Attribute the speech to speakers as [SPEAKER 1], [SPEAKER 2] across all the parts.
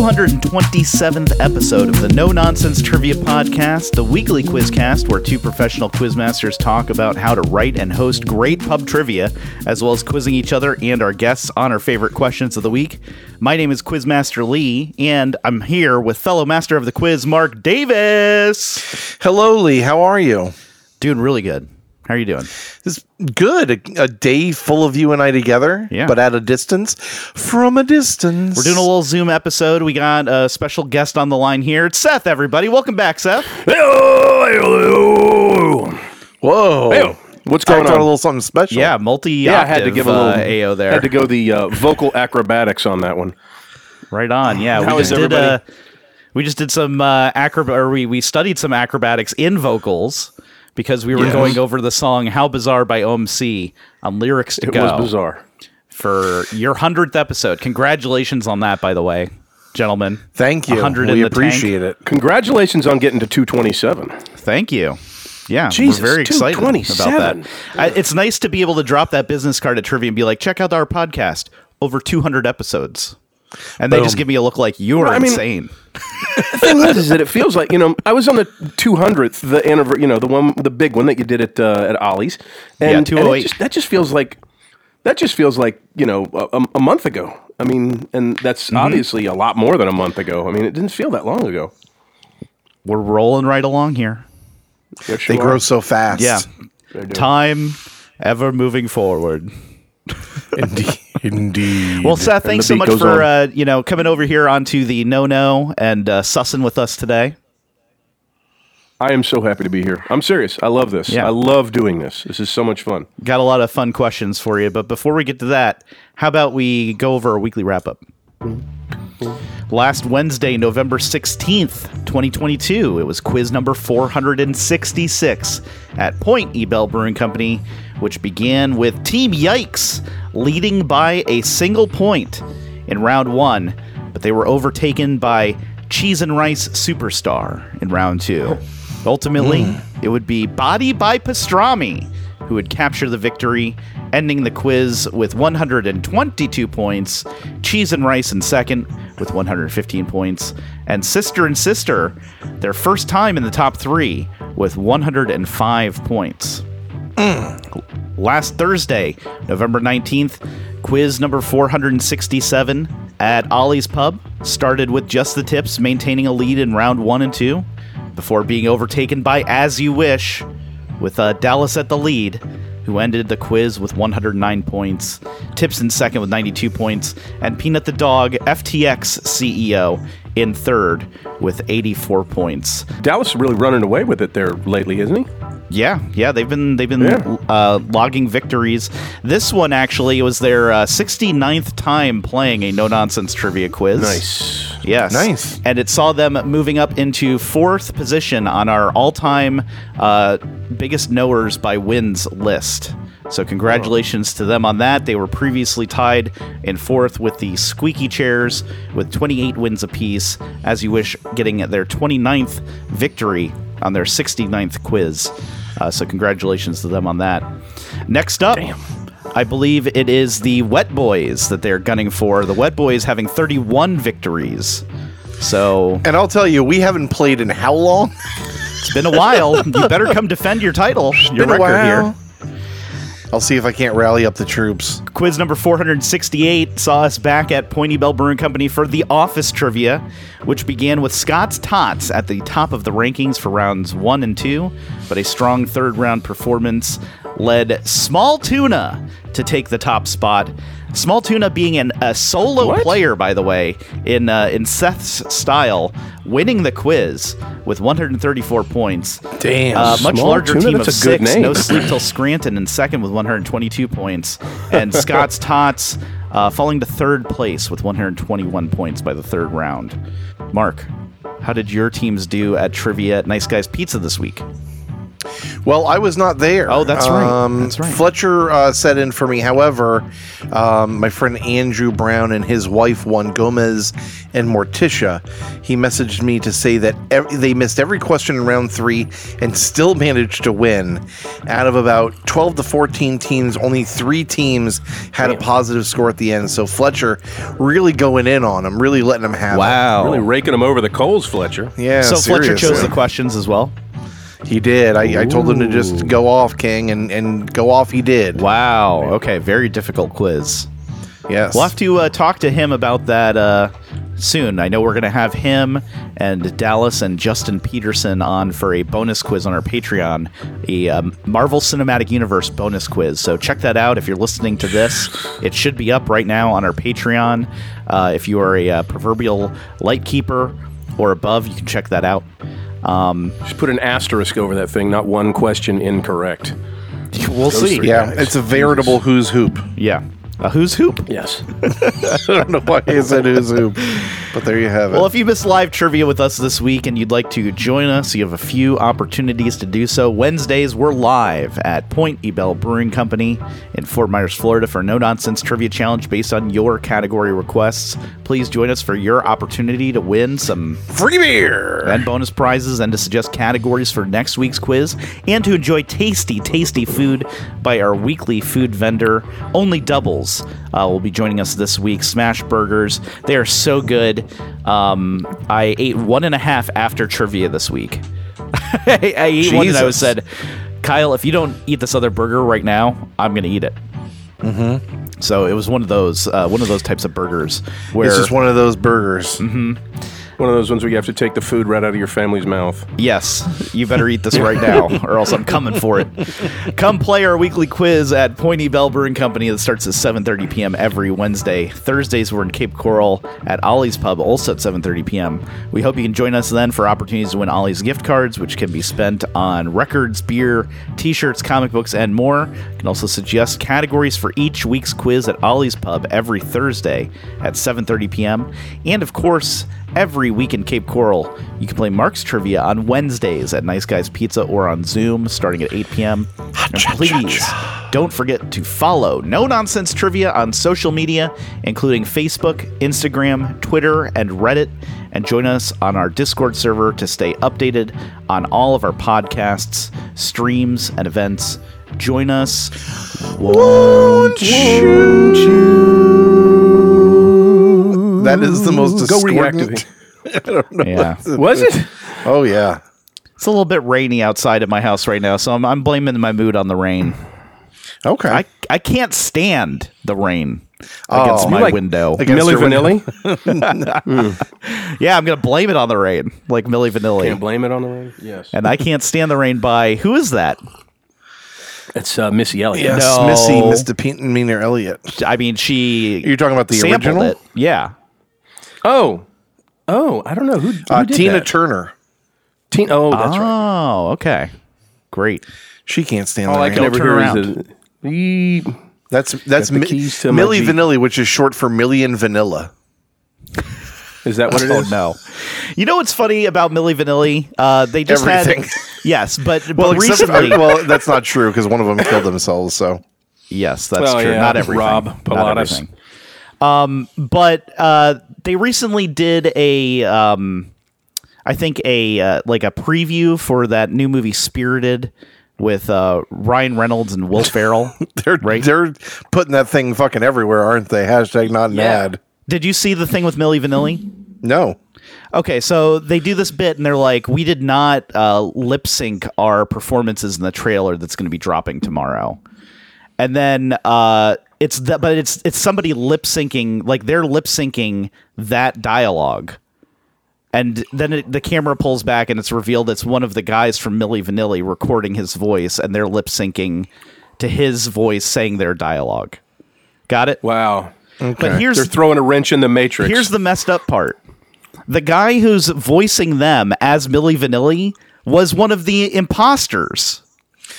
[SPEAKER 1] 227th episode of the No Nonsense Trivia Podcast, the weekly quizcast where two professional quizmasters talk about how to write and host great pub trivia, as well as quizzing each other and our guests on our favorite questions of the week. My name is Quizmaster Lee, and I'm here with fellow master of the quiz, Mark Davis.
[SPEAKER 2] Hello, Lee. How are you?
[SPEAKER 1] Doing really good. How are you doing?
[SPEAKER 2] It's good. A, a day full of you and I together,
[SPEAKER 1] Yeah.
[SPEAKER 2] but at a distance. From a distance.
[SPEAKER 1] We're doing a little Zoom episode. We got a special guest on the line here. It's Seth, everybody. Welcome back, Seth.
[SPEAKER 2] Whoa.
[SPEAKER 3] Hey, what's going
[SPEAKER 2] I thought
[SPEAKER 3] on?
[SPEAKER 2] a little something special.
[SPEAKER 1] Yeah, multi
[SPEAKER 3] yeah, I had to give a little
[SPEAKER 1] AO there.
[SPEAKER 3] uh, Had to go the uh, vocal acrobatics on that one.
[SPEAKER 1] Right on. Yeah,
[SPEAKER 3] How
[SPEAKER 1] we just
[SPEAKER 3] is
[SPEAKER 1] did. Uh,
[SPEAKER 3] everybody?
[SPEAKER 1] we just did some uh, acrobat, or we we studied some acrobatics in vocals because we were
[SPEAKER 2] Yes.
[SPEAKER 1] going over the song "How Bizarre" by OMC on lyrics to
[SPEAKER 3] It
[SPEAKER 1] go
[SPEAKER 3] was bizarre.
[SPEAKER 1] for your hundredth episode. Congratulations on that, by the way, gentlemen.
[SPEAKER 2] Thank you.
[SPEAKER 1] 100 in
[SPEAKER 2] we
[SPEAKER 1] the
[SPEAKER 2] appreciate it.
[SPEAKER 3] Congratulations on getting to 227.
[SPEAKER 1] Thank you. Yeah,
[SPEAKER 3] Jesus,
[SPEAKER 1] we're very excited about
[SPEAKER 3] 227.
[SPEAKER 1] that. I, it's nice to be able to drop that business card at trivia and be like, "Check out our podcast, over 200 episodes," and they just
[SPEAKER 2] Boom.
[SPEAKER 1] give me a look like you're
[SPEAKER 3] I mean-
[SPEAKER 1] insane.
[SPEAKER 3] The thing is, is that it feels like you know I was on the 200th, the anniversary, you know, the one, the big one that you did at uh, at Ollie's, and,
[SPEAKER 1] Yeah,
[SPEAKER 3] and it
[SPEAKER 1] 208.
[SPEAKER 3] just- that just feels like that just feels like you know a, a- a month ago. I mean, and that's obviously a lot more than a month ago. I mean, it didn't feel that long ago.
[SPEAKER 1] We're rolling right along here.
[SPEAKER 3] Yes,
[SPEAKER 2] They
[SPEAKER 3] you
[SPEAKER 2] grow
[SPEAKER 3] are.
[SPEAKER 2] so fast.
[SPEAKER 1] Yeah.
[SPEAKER 3] They do.
[SPEAKER 1] Time ever moving forward.
[SPEAKER 2] Indeed. Indeed.
[SPEAKER 1] Well, Seth, thanks so
[SPEAKER 3] beat
[SPEAKER 1] much
[SPEAKER 3] goes
[SPEAKER 1] for uh,
[SPEAKER 3] on.
[SPEAKER 1] you know coming over here onto the no no and uh, sussing with us today.
[SPEAKER 3] I am so happy to be here. I'm serious. I love this.
[SPEAKER 1] Yeah.
[SPEAKER 3] I love doing this. This is so much fun.
[SPEAKER 1] Got a lot of fun questions for you, but before we get to that, how about we go over our weekly wrap up? Last Wednesday, November 16th, 2022, it was quiz number 466 at Point Ebel Brewing Company, which began with Team Yikes leading by a single point in round one, but they were overtaken by Cheese and Rice Superstar in round two. Ultimately, it would be Body by Pastrami who would capture the victory, ending the quiz with 122 points, Cheese and Rice in second with 115 points, and Sister and Sister, their first time in the top three with 105 points. Last Thursday, November 19th, quiz number 467 at Ollie's Pub started with just the tips, maintaining a lead in round one and two before being overtaken by As You Wish with uh, Dallas at the lead, who ended the quiz with 109 points, Tips in second with 92 points, and Peanut the Dog, FTX CEO, E in third with 84 points.
[SPEAKER 3] Dallas is really running away with it there lately, isn't he?
[SPEAKER 1] Yeah, yeah, they've been they've been
[SPEAKER 3] Yeah.
[SPEAKER 1] uh, logging victories. This one actually was their uh, 69th time playing a no nonsense trivia quiz.
[SPEAKER 3] Nice.
[SPEAKER 1] Yes.
[SPEAKER 2] Nice.
[SPEAKER 1] And it saw them moving up into fourth position on our all time uh, biggest knowers by wins list. So, congratulations to them on that. They were previously tied in fourth with the Squeaky Chairs with 28 wins apiece, as you wish, getting their 29th victory on their 69th quiz. Uh, so, congratulations to them on that. Next up. I believe it is the Wet Boys that they're gunning for. The Wet Boys having 31 victories. So
[SPEAKER 2] and I'll tell you, we haven't played in how long?
[SPEAKER 1] it's been a while. you better come defend your title, your
[SPEAKER 2] Been a
[SPEAKER 1] record
[SPEAKER 2] while.
[SPEAKER 1] here.
[SPEAKER 2] I'll see if I can't rally up the troops.
[SPEAKER 1] Quiz number 468 saw us back at Pointy Bell Brewing Company for the office trivia, which began with Scott's Tots at the top of the rankings for rounds one and two, but a strong third round performance led Small Tuna to take the top spot. Small Tuna being an, a solo
[SPEAKER 3] What?
[SPEAKER 1] player, by the way, in uh, in Seth's style, winning the quiz with 134 points.
[SPEAKER 2] Damn.
[SPEAKER 1] Uh, much
[SPEAKER 3] Small
[SPEAKER 1] larger
[SPEAKER 3] tuna,
[SPEAKER 1] team
[SPEAKER 3] that's
[SPEAKER 1] of
[SPEAKER 3] a good
[SPEAKER 1] six.
[SPEAKER 3] name.
[SPEAKER 1] No sleep till Scranton in second with 122 points, and Scott's Tots uh, falling to third place with 121 points by the third round. Mark, how did your teams do at trivia at Nice Guys Pizza this week?
[SPEAKER 2] Well, I was not there. Um,
[SPEAKER 1] Oh, that's right. That's right.
[SPEAKER 2] Fletcher uh, set in for me. However, um, my friend Andrew Brown and his wife Juan Gomez and Morticia, he messaged me to say that ev- they missed every question in round three and still managed to win. Out of about 12 to 14 teams, only three teams had a positive score at the end. So Fletcher really going in on him, really letting him have
[SPEAKER 1] Wow.
[SPEAKER 3] Really raking them over the coals, Fletcher.
[SPEAKER 2] it. Yeah.
[SPEAKER 1] so Fletcher chose
[SPEAKER 2] seriously.
[SPEAKER 1] the questions as well.
[SPEAKER 2] He did. I, I told him to just go off, King, and, and go off he did.
[SPEAKER 1] Wow. Okay. Very difficult quiz.
[SPEAKER 2] Yes.
[SPEAKER 1] We'll have to uh, talk to him about that uh, soon. I know we're going to have him and Dallas and Justin Peterson on for a bonus quiz on our Patreon, a um, Marvel Cinematic Universe bonus quiz. So check that out if you're listening to this. It should be up right now on our Patreon. Uh, if you are a uh, proverbial light keeper or above, you can check that out. Um,
[SPEAKER 3] Just put an asterisk over that thing, not one question incorrect.
[SPEAKER 1] we'll see.
[SPEAKER 3] three.
[SPEAKER 2] Yeah,
[SPEAKER 3] Guys,
[SPEAKER 2] it's a veritable who's hoop.
[SPEAKER 1] Yeah. A who's hoop?
[SPEAKER 3] Yes.
[SPEAKER 2] I don't know why I said who's hoop, but there you have it.
[SPEAKER 1] Well, if you missed live trivia with us this week and you'd like to join us, you have a few opportunities to do so. Wednesdays, we're live at Point Ebel Brewing Company in Fort Myers, Florida for no nonsense trivia challenge based on your category requests. Please join us for your opportunity to win some
[SPEAKER 2] Free beer.
[SPEAKER 1] and bonus prizes and to suggest categories for next week's quiz and to enjoy tasty, tasty food by our weekly food vendor, Only Doubles. Uh, will be joining us this week. Smash burgers. They are so good. Um, I ate one and a half after trivia this week. I, I ate one and I was
[SPEAKER 2] Jesus.
[SPEAKER 1] said, Kyle, if you don't eat this other burger right now, I'm going to eat it. Mm-hmm. So it was one of those, uh, one of those types of burgers where
[SPEAKER 2] It's just one of those burgers.
[SPEAKER 3] One of those ones where you have to take the food right out of your family's mouth.
[SPEAKER 1] Yes, you better eat this right now, or else I'm coming for it. Come play our weekly quiz at Pointy Bell Brewing Company that starts at 7:30 p.m. every Wednesday. Thursdays we're in Cape Coral at Ollie's Pub, also at 7:30 p.m. We hope you can join us then for opportunities to win Ollie's gift cards, which can be spent on records, beer, T-shirts, comic books, and more. You can also suggest categories for each week's quiz at Ollie's Pub every Thursday at 7:30 p.m. And of course every week in Cape Coral. You can play Mark's Trivia on Wednesdays at Nice Guys Pizza or on Zoom starting at 8 p.m. And please don't forget to follow No Nonsense Trivia on social media, including Facebook, Instagram, Twitter, and Reddit, and join us on our Discord server to stay updated on all of our podcasts, streams, and events. Join us. Won't you?
[SPEAKER 2] That is the most
[SPEAKER 3] Go
[SPEAKER 2] discordant.
[SPEAKER 3] reactivate.
[SPEAKER 1] Yeah.
[SPEAKER 3] Was it?
[SPEAKER 2] Oh yeah.
[SPEAKER 1] It's a little bit rainy outside at my house right now, so I'm, I'm blaming my mood on the rain.
[SPEAKER 2] Okay.
[SPEAKER 1] I, I can't stand the rain against
[SPEAKER 2] Oh, you
[SPEAKER 1] my
[SPEAKER 3] like-
[SPEAKER 1] window.
[SPEAKER 2] like- Against
[SPEAKER 3] Millie
[SPEAKER 2] your window.
[SPEAKER 3] Vanilli?
[SPEAKER 1] yeah, I'm gonna blame it on the rain, like Millie Vanilli.
[SPEAKER 3] Can't blame it on the rain. Yes.
[SPEAKER 1] and I can't stand the rain by who is that?
[SPEAKER 3] It's uh, Missy Elliott.
[SPEAKER 2] yes,
[SPEAKER 1] No.
[SPEAKER 2] Missy, Mr. Peyton Meaner Elliott.
[SPEAKER 1] I mean, she.
[SPEAKER 2] You're talking about the
[SPEAKER 1] sampled
[SPEAKER 2] original?
[SPEAKER 1] It. Yeah,
[SPEAKER 3] Oh. Oh, I don't know who, who
[SPEAKER 2] Uh,
[SPEAKER 3] did
[SPEAKER 2] Tina
[SPEAKER 3] that?
[SPEAKER 2] Turner.
[SPEAKER 3] Teen- oh, that's right.
[SPEAKER 1] Oh, okay, great.
[SPEAKER 2] She can't stand
[SPEAKER 3] All
[SPEAKER 2] the
[SPEAKER 3] Oh, I
[SPEAKER 2] rain.
[SPEAKER 3] can
[SPEAKER 1] Don't
[SPEAKER 3] ever
[SPEAKER 1] turn
[SPEAKER 3] hear
[SPEAKER 1] around.
[SPEAKER 3] is a beep.
[SPEAKER 2] That's that's
[SPEAKER 3] Got the
[SPEAKER 2] Mi-
[SPEAKER 3] keys to my
[SPEAKER 2] Millie
[SPEAKER 3] Jeep.
[SPEAKER 2] Vanilli, which is short for Million Vanilla.
[SPEAKER 3] Is that what it
[SPEAKER 1] Oh
[SPEAKER 3] is?
[SPEAKER 1] no! You know what's funny about Millie Vanilli? Uh, they just
[SPEAKER 2] Everything.
[SPEAKER 1] had yes, but, but
[SPEAKER 2] Well, except-
[SPEAKER 1] recently,
[SPEAKER 2] well, that's not true because one of them killed themselves. So
[SPEAKER 1] Yes, that's
[SPEAKER 3] Well,
[SPEAKER 1] true.
[SPEAKER 3] yeah,
[SPEAKER 1] Not everything.
[SPEAKER 3] Rob
[SPEAKER 1] Not
[SPEAKER 3] Pilatus.
[SPEAKER 1] everything. Um, but uh, they recently did a, um, I think a uh, like a preview for that new movie Spirited with uh, Ryan Reynolds and Will Ferrell.
[SPEAKER 2] they're
[SPEAKER 1] Right.
[SPEAKER 2] they're putting that thing fucking everywhere, aren't they? Hashtag not an ad.
[SPEAKER 1] did you see the thing with Millie Vanilli?
[SPEAKER 2] No.
[SPEAKER 1] Okay, so they do this bit and they're like, we did not uh, lip sync our performances in the trailer that's going to be dropping tomorrow. And then uh, it's the, but it's it's somebody lip syncing like they're lip syncing that dialogue, and then it, the camera pulls back and it's revealed it's one of the guys from Millie Vanilli recording his voice and they're lip syncing to his voice saying their dialogue. Got it?
[SPEAKER 3] Wow.
[SPEAKER 1] But here's
[SPEAKER 3] They're throwing a wrench in the matrix.
[SPEAKER 1] Here's the messed up part. The guy who's voicing them as Millie Vanilli was one of the imposters,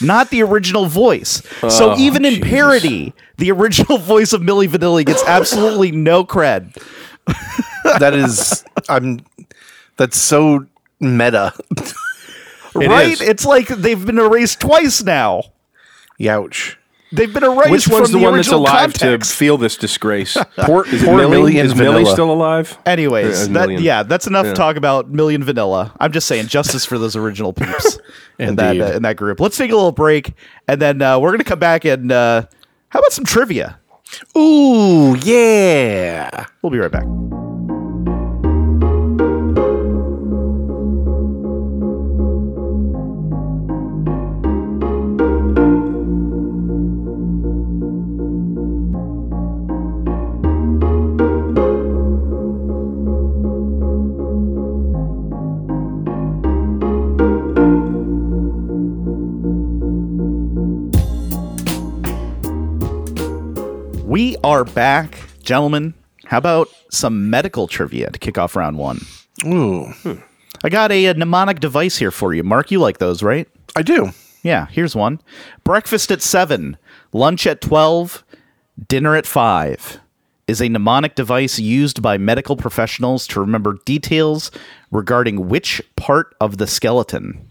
[SPEAKER 1] not the original voice.
[SPEAKER 3] Oh,
[SPEAKER 1] so even in parody, the original voice of Millie Vanilli gets absolutely no cred.
[SPEAKER 2] that is I'm that's so meta.
[SPEAKER 1] right?
[SPEAKER 3] is.
[SPEAKER 1] It's like they've been erased twice now.
[SPEAKER 2] Youch.
[SPEAKER 1] They've been erased.
[SPEAKER 3] Which one's
[SPEAKER 1] from
[SPEAKER 3] the, one that's
[SPEAKER 1] original
[SPEAKER 3] alive
[SPEAKER 1] context.
[SPEAKER 3] to feel this disgrace?
[SPEAKER 2] Poor,
[SPEAKER 3] Is it
[SPEAKER 2] poor
[SPEAKER 3] Millie?
[SPEAKER 2] Millie and
[SPEAKER 3] Is Millie
[SPEAKER 2] Vanilla.
[SPEAKER 3] still alive?
[SPEAKER 1] Anyways,
[SPEAKER 3] Yeah, a
[SPEAKER 1] that,
[SPEAKER 3] million.
[SPEAKER 1] yeah, that's enough talk about Million Vanilla. I'm just saying justice for those original peeps in that
[SPEAKER 2] Indeed.
[SPEAKER 1] uh, in that group. Let's take a little break, and then uh, we're gonna come back and uh, how about some trivia?
[SPEAKER 2] Ooh, yeah.
[SPEAKER 1] We'll be right back. We are back, gentlemen. How about some medical trivia to kick off round one?
[SPEAKER 2] Ooh,
[SPEAKER 1] I got a, a mnemonic device here for you. Mark, you like those, right?
[SPEAKER 2] I do.
[SPEAKER 1] Yeah, here's one. Breakfast at 7, lunch at 12, dinner at 5 is a mnemonic device used by medical professionals to remember details regarding which part of the skeleton.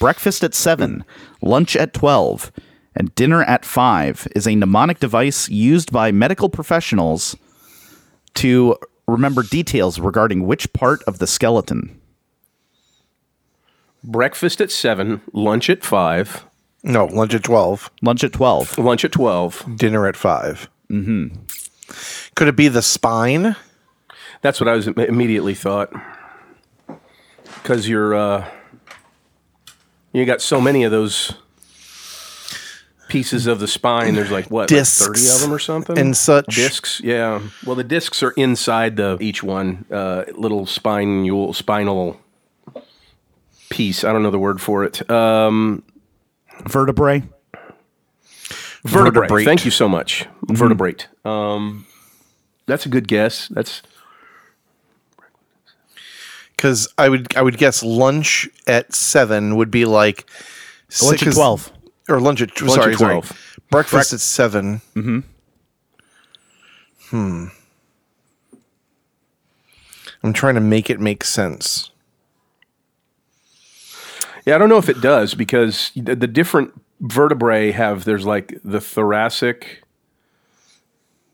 [SPEAKER 1] Breakfast at 7, lunch at 12, and dinner at 5 is a mnemonic device used by medical professionals to remember details regarding which part of the skeleton.
[SPEAKER 3] Breakfast at seven, lunch at five,
[SPEAKER 2] No, lunch at 12,
[SPEAKER 1] Lunch at 12.
[SPEAKER 3] lunch at twelve.
[SPEAKER 2] dinner at 5. Mm-hmm. Could it be the spine?
[SPEAKER 3] That's what I was im- immediately thought. Because you're, uh, you got so many of those pieces of the spine. There's like what, like
[SPEAKER 2] Discs
[SPEAKER 3] thirty of them or something,
[SPEAKER 2] and such.
[SPEAKER 3] Discs, yeah. Well, the discs are inside the each one uh, little spinule spinal piece. I don't know the word for it. Um,
[SPEAKER 1] Vertebrae.
[SPEAKER 3] vertebrate.
[SPEAKER 2] Vertebrate. Mm-hmm.
[SPEAKER 3] Thank you so much. Vertebrate. Um, that's a good guess. That's
[SPEAKER 2] Because I would, I would guess lunch at 7 would be like.
[SPEAKER 1] Lunch
[SPEAKER 2] six-
[SPEAKER 1] at 12.
[SPEAKER 2] Or lunch at,
[SPEAKER 3] at
[SPEAKER 2] sorry,
[SPEAKER 3] 12.
[SPEAKER 2] sorry. Breakfast at 7. Mm-hmm. Hmm. I'm trying to make it make sense.
[SPEAKER 3] Yeah, I don't know if it does because the, the different vertebrae have there's like the thoracic,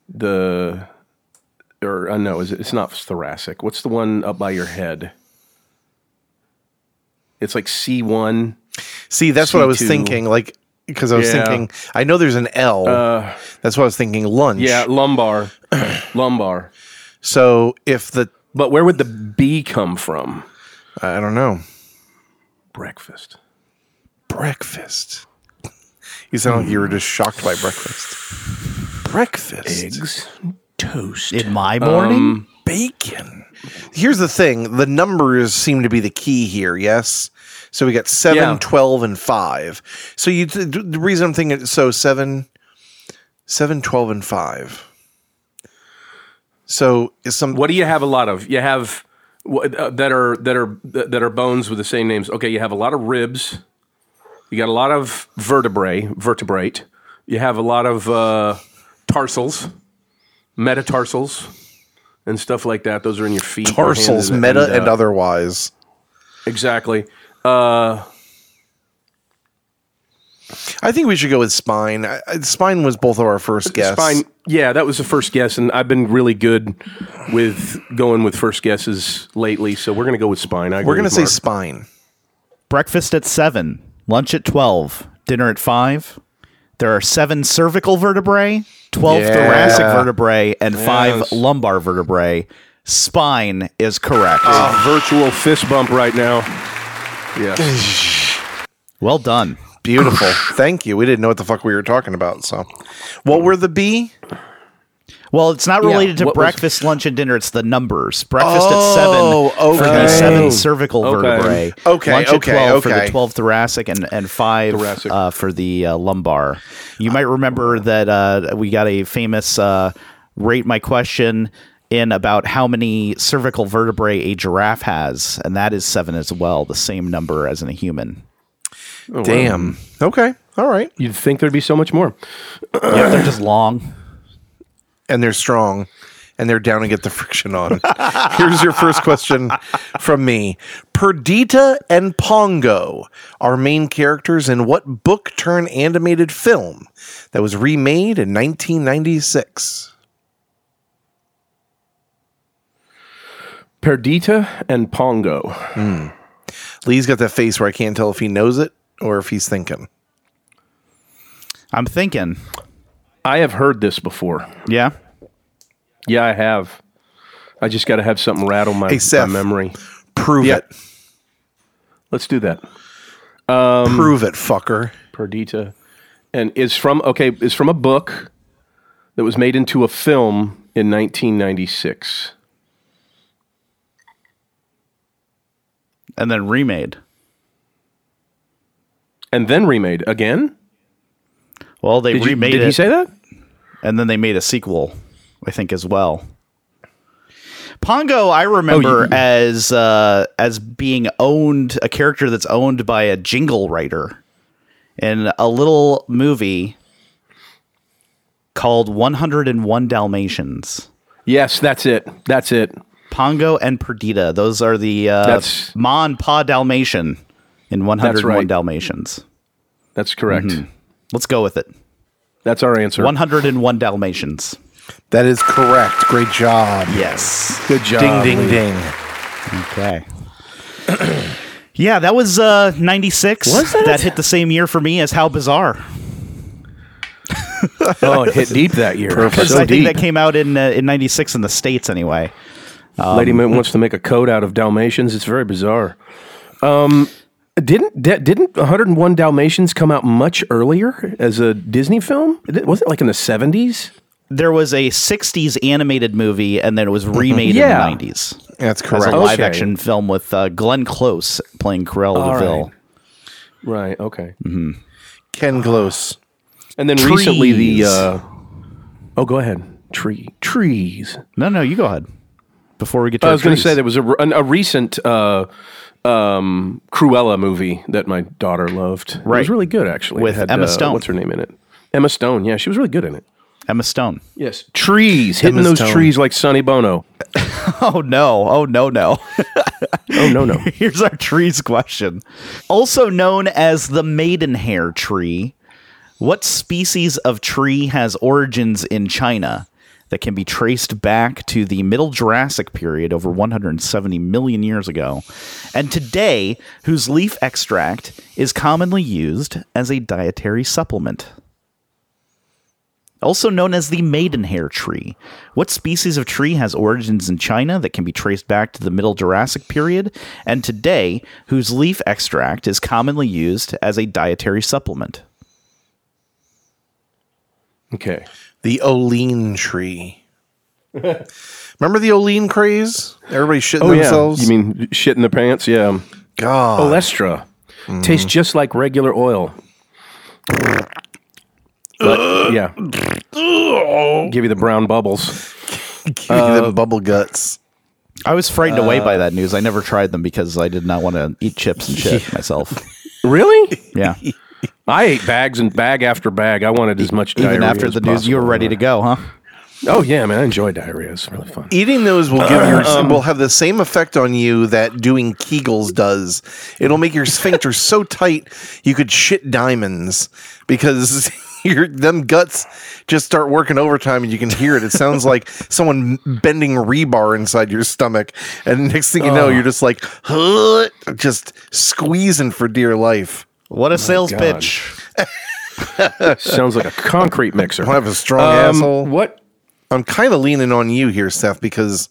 [SPEAKER 3] the or uh, no, is it, it's not thoracic. What's the one up by your head? It's like C one.
[SPEAKER 2] See, that's what I was
[SPEAKER 3] C2.
[SPEAKER 2] thinking. Like, because I was
[SPEAKER 3] Yeah. Uh.
[SPEAKER 2] thinking, I know there's an L. that's what I was thinking. Lunch.
[SPEAKER 3] Yeah, lumbar, lumbar.
[SPEAKER 2] So if the
[SPEAKER 3] But where would the B come from?
[SPEAKER 2] I don't know
[SPEAKER 3] Breakfast.
[SPEAKER 2] breakfast, you sound like you were just shocked by breakfast. Breakfast,
[SPEAKER 3] Eggs, toast.
[SPEAKER 1] In my morning?
[SPEAKER 3] Um,
[SPEAKER 2] bacon. Here's the thing: the numbers seem to be the key here. Yes. So we got seven,
[SPEAKER 3] Yeah.
[SPEAKER 2] 12, and five. So you th- the reason I'm thinking so seven, seven, 12, and five. So is some
[SPEAKER 3] What do you have a lot of? You have wh- uh, that are that are that are bones with the same names. Okay, you have a lot of ribs. You got a lot of vertebrae, vertebrate. You have a lot of uh, tarsals, metatarsals, and stuff like that. Those are in your feet, your hands,
[SPEAKER 2] parcels, meta, and, uh,
[SPEAKER 3] uh,
[SPEAKER 2] otherwise.
[SPEAKER 3] Exactly.
[SPEAKER 2] I think we should go with spine. I, I- spine was both of our first guess.
[SPEAKER 3] Spine. Yeah, that was the first guess, and I've been really good with going with first guesses lately. So we're gonna go with spine. I agree
[SPEAKER 2] We're gonna
[SPEAKER 3] with
[SPEAKER 2] say
[SPEAKER 3] Mark.
[SPEAKER 2] spine.
[SPEAKER 1] Breakfast at 7, lunch at 12, dinner at 5. There are 7 cervical vertebrae, 12
[SPEAKER 2] Yeah.
[SPEAKER 1] thoracic vertebrae, and 5
[SPEAKER 3] Yes.
[SPEAKER 1] lumbar vertebrae. Spine is correct.
[SPEAKER 3] A Uh, virtual fist bump right now. Yes.
[SPEAKER 1] Well done.
[SPEAKER 2] Beautiful. Thank you. We didn't know what the fuck we were talking about. So,
[SPEAKER 3] Hmm.
[SPEAKER 2] what were the B?
[SPEAKER 1] Well, it's not related to
[SPEAKER 3] what was-
[SPEAKER 1] breakfast, lunch, and dinner. It's the numbers. Breakfast
[SPEAKER 2] Oh,
[SPEAKER 1] at 7 for
[SPEAKER 2] okay.
[SPEAKER 1] the 7 cervical
[SPEAKER 3] Okay.
[SPEAKER 1] vertebrae.
[SPEAKER 2] Okay,
[SPEAKER 1] lunch
[SPEAKER 2] okay,
[SPEAKER 1] at 12 for the
[SPEAKER 2] okay.
[SPEAKER 1] 12 thoracic and, and 5
[SPEAKER 3] Thoracic.
[SPEAKER 1] Uh, for the uh, lumbar. You might remember that uh, we got a famous uh, rate my question in about how many cervical vertebrae a giraffe has, and that is 7 as well, the same number as in a human.
[SPEAKER 2] Damn. Okay. All right.
[SPEAKER 3] You'd think there'd be so much more.
[SPEAKER 1] Yep, they're just long.
[SPEAKER 2] And they're strong, and they're down to get the friction on. Here's your first question from me Perdita and Pongo are main characters in what book turn animated film that was remade in 1996?
[SPEAKER 3] Perdita and Pongo.
[SPEAKER 2] Lee's got that face where I can't tell if he knows it or if he's thinking.
[SPEAKER 1] I'm thinking.
[SPEAKER 3] I have heard this before.
[SPEAKER 1] Yeah.
[SPEAKER 3] Yeah, I have. I just got to have something rattle my,
[SPEAKER 2] Hey,
[SPEAKER 3] my
[SPEAKER 2] Seth.
[SPEAKER 3] memory.
[SPEAKER 2] Prove
[SPEAKER 3] Yeah.
[SPEAKER 2] it.
[SPEAKER 3] Let's do that.
[SPEAKER 2] Prove it, fucker.
[SPEAKER 3] Perdita, and is from okay is from a book that was made into a film in 1996.
[SPEAKER 1] And then remade.
[SPEAKER 3] and then remade again.
[SPEAKER 1] Well, they
[SPEAKER 3] Did, you,
[SPEAKER 1] remade
[SPEAKER 3] did
[SPEAKER 1] it.
[SPEAKER 3] he say that?
[SPEAKER 1] and then they made a sequel, I think, as well. Pongo, I
[SPEAKER 3] Oh,
[SPEAKER 1] remember as uh, as being owned a character that's owned by a jingle writer in a little movie called 101 Dalmatians.
[SPEAKER 3] Yes, that's it. That's it.
[SPEAKER 1] Pongo and Perdita, those are the uh,
[SPEAKER 3] That's-
[SPEAKER 1] Ma and Pa Dalmatian in 101
[SPEAKER 3] right.
[SPEAKER 1] Dalmatians.
[SPEAKER 3] That's correct.
[SPEAKER 1] Mm-hmm. Let's go with it.
[SPEAKER 3] That's our answer.
[SPEAKER 1] 101 Dalmatians.
[SPEAKER 2] That is correct. Great job.
[SPEAKER 1] Yes.
[SPEAKER 3] Good job.
[SPEAKER 2] Ding, ding,
[SPEAKER 3] Lee.
[SPEAKER 2] ding.
[SPEAKER 1] Okay. yeah, that was uh, 96.
[SPEAKER 3] Was that it?
[SPEAKER 1] hit the same year for me as How Bizarre.
[SPEAKER 3] Oh, it hit deep that year.
[SPEAKER 1] Because
[SPEAKER 3] So
[SPEAKER 1] I think
[SPEAKER 3] deep.
[SPEAKER 1] that came out in uh, in 96 in the States anyway.
[SPEAKER 3] Lady Mint wants to make a coat out of Dalmatians. It's very bizarre. Um, didn't di- didn't 101 Dalmatians come out much earlier as a Disney film? It Was it like in the 70s?
[SPEAKER 1] There was a 60s animated movie, and then it was remade
[SPEAKER 3] Mm-hmm. Yeah.
[SPEAKER 1] in the 90s.
[SPEAKER 2] That's
[SPEAKER 1] As
[SPEAKER 2] correct.
[SPEAKER 1] a live
[SPEAKER 3] Okay.
[SPEAKER 1] action film with uh, Glenn Close playing Corell
[SPEAKER 3] right.
[SPEAKER 1] DeVille.
[SPEAKER 3] Right. Okay.
[SPEAKER 2] Ken Close.
[SPEAKER 3] And then recently the.
[SPEAKER 1] Trees.
[SPEAKER 3] Uh, oh, go ahead. Tree trees.
[SPEAKER 1] No, no, you go ahead. Before we get to
[SPEAKER 3] I
[SPEAKER 1] our
[SPEAKER 3] was going to
[SPEAKER 1] trees.
[SPEAKER 3] say there was a, an- a recent uh, um, Cruella movie that my daughter loved. It was
[SPEAKER 1] Right.
[SPEAKER 3] really good, actually. It
[SPEAKER 1] With Emma
[SPEAKER 3] uh,
[SPEAKER 1] Stone.
[SPEAKER 3] What's her name in it? Emma Stone. Yeah, she was really good in it.
[SPEAKER 1] Emma Stone.
[SPEAKER 3] Yes. Trees. Hitting
[SPEAKER 2] Emma
[SPEAKER 3] those
[SPEAKER 2] Stone.
[SPEAKER 3] trees like Sonny Bono.
[SPEAKER 1] Oh, no. Oh, no, no.
[SPEAKER 3] Oh, no, no.
[SPEAKER 1] Here's our trees question. Also known as the maidenhair tree, what species of tree has origins in China that can be traced back to the Middle Jurassic period over 170 million years ago, and today whose leaf extract is commonly used as a dietary supplement? Also known as the maidenhair tree. What species of tree has origins in China that can be traced back to the Middle Jurassic period and today whose leaf extract is commonly used as a dietary supplement?
[SPEAKER 3] Okay.
[SPEAKER 2] The Olean tree. Remember the Olean craze? Everybody shitting
[SPEAKER 3] Oh,
[SPEAKER 2] themselves.
[SPEAKER 3] yeah. You mean shit in the pants? Yeah.
[SPEAKER 2] God?
[SPEAKER 3] Olestra.
[SPEAKER 1] Mm-hmm.
[SPEAKER 3] Tastes just like regular oil. But, yeah. Give you the brown bubbles.
[SPEAKER 2] Give me
[SPEAKER 3] Uh,
[SPEAKER 2] the bubble guts.
[SPEAKER 1] I was frightened away by that news. I never tried them because I did not want to eat chips and shit myself.
[SPEAKER 3] Really?
[SPEAKER 1] Yeah.
[SPEAKER 3] I ate bags and bag after bag. I wanted as much diarrhea
[SPEAKER 1] E-, Even after
[SPEAKER 3] as
[SPEAKER 1] the news, you were
[SPEAKER 3] possible.
[SPEAKER 1] ready to go, huh?
[SPEAKER 3] Oh yeah, man, I enjoy diarrhea. It's really fun.
[SPEAKER 2] Eating those will give your will have the same effect on you that doing Kegels does. It'll make your sphincter so tight you could shit diamonds because your them guts just start working overtime and you can hear it. It sounds like someone bending rebar inside your stomach, and next thing you know, you're just like just squeezing for dear life.
[SPEAKER 1] What a sales
[SPEAKER 3] God.
[SPEAKER 1] pitch.
[SPEAKER 3] Sounds like a concrete mixer. Um,
[SPEAKER 2] I have a strong asshole.
[SPEAKER 3] What?
[SPEAKER 2] I'm kind of leaning on you here, Seth, because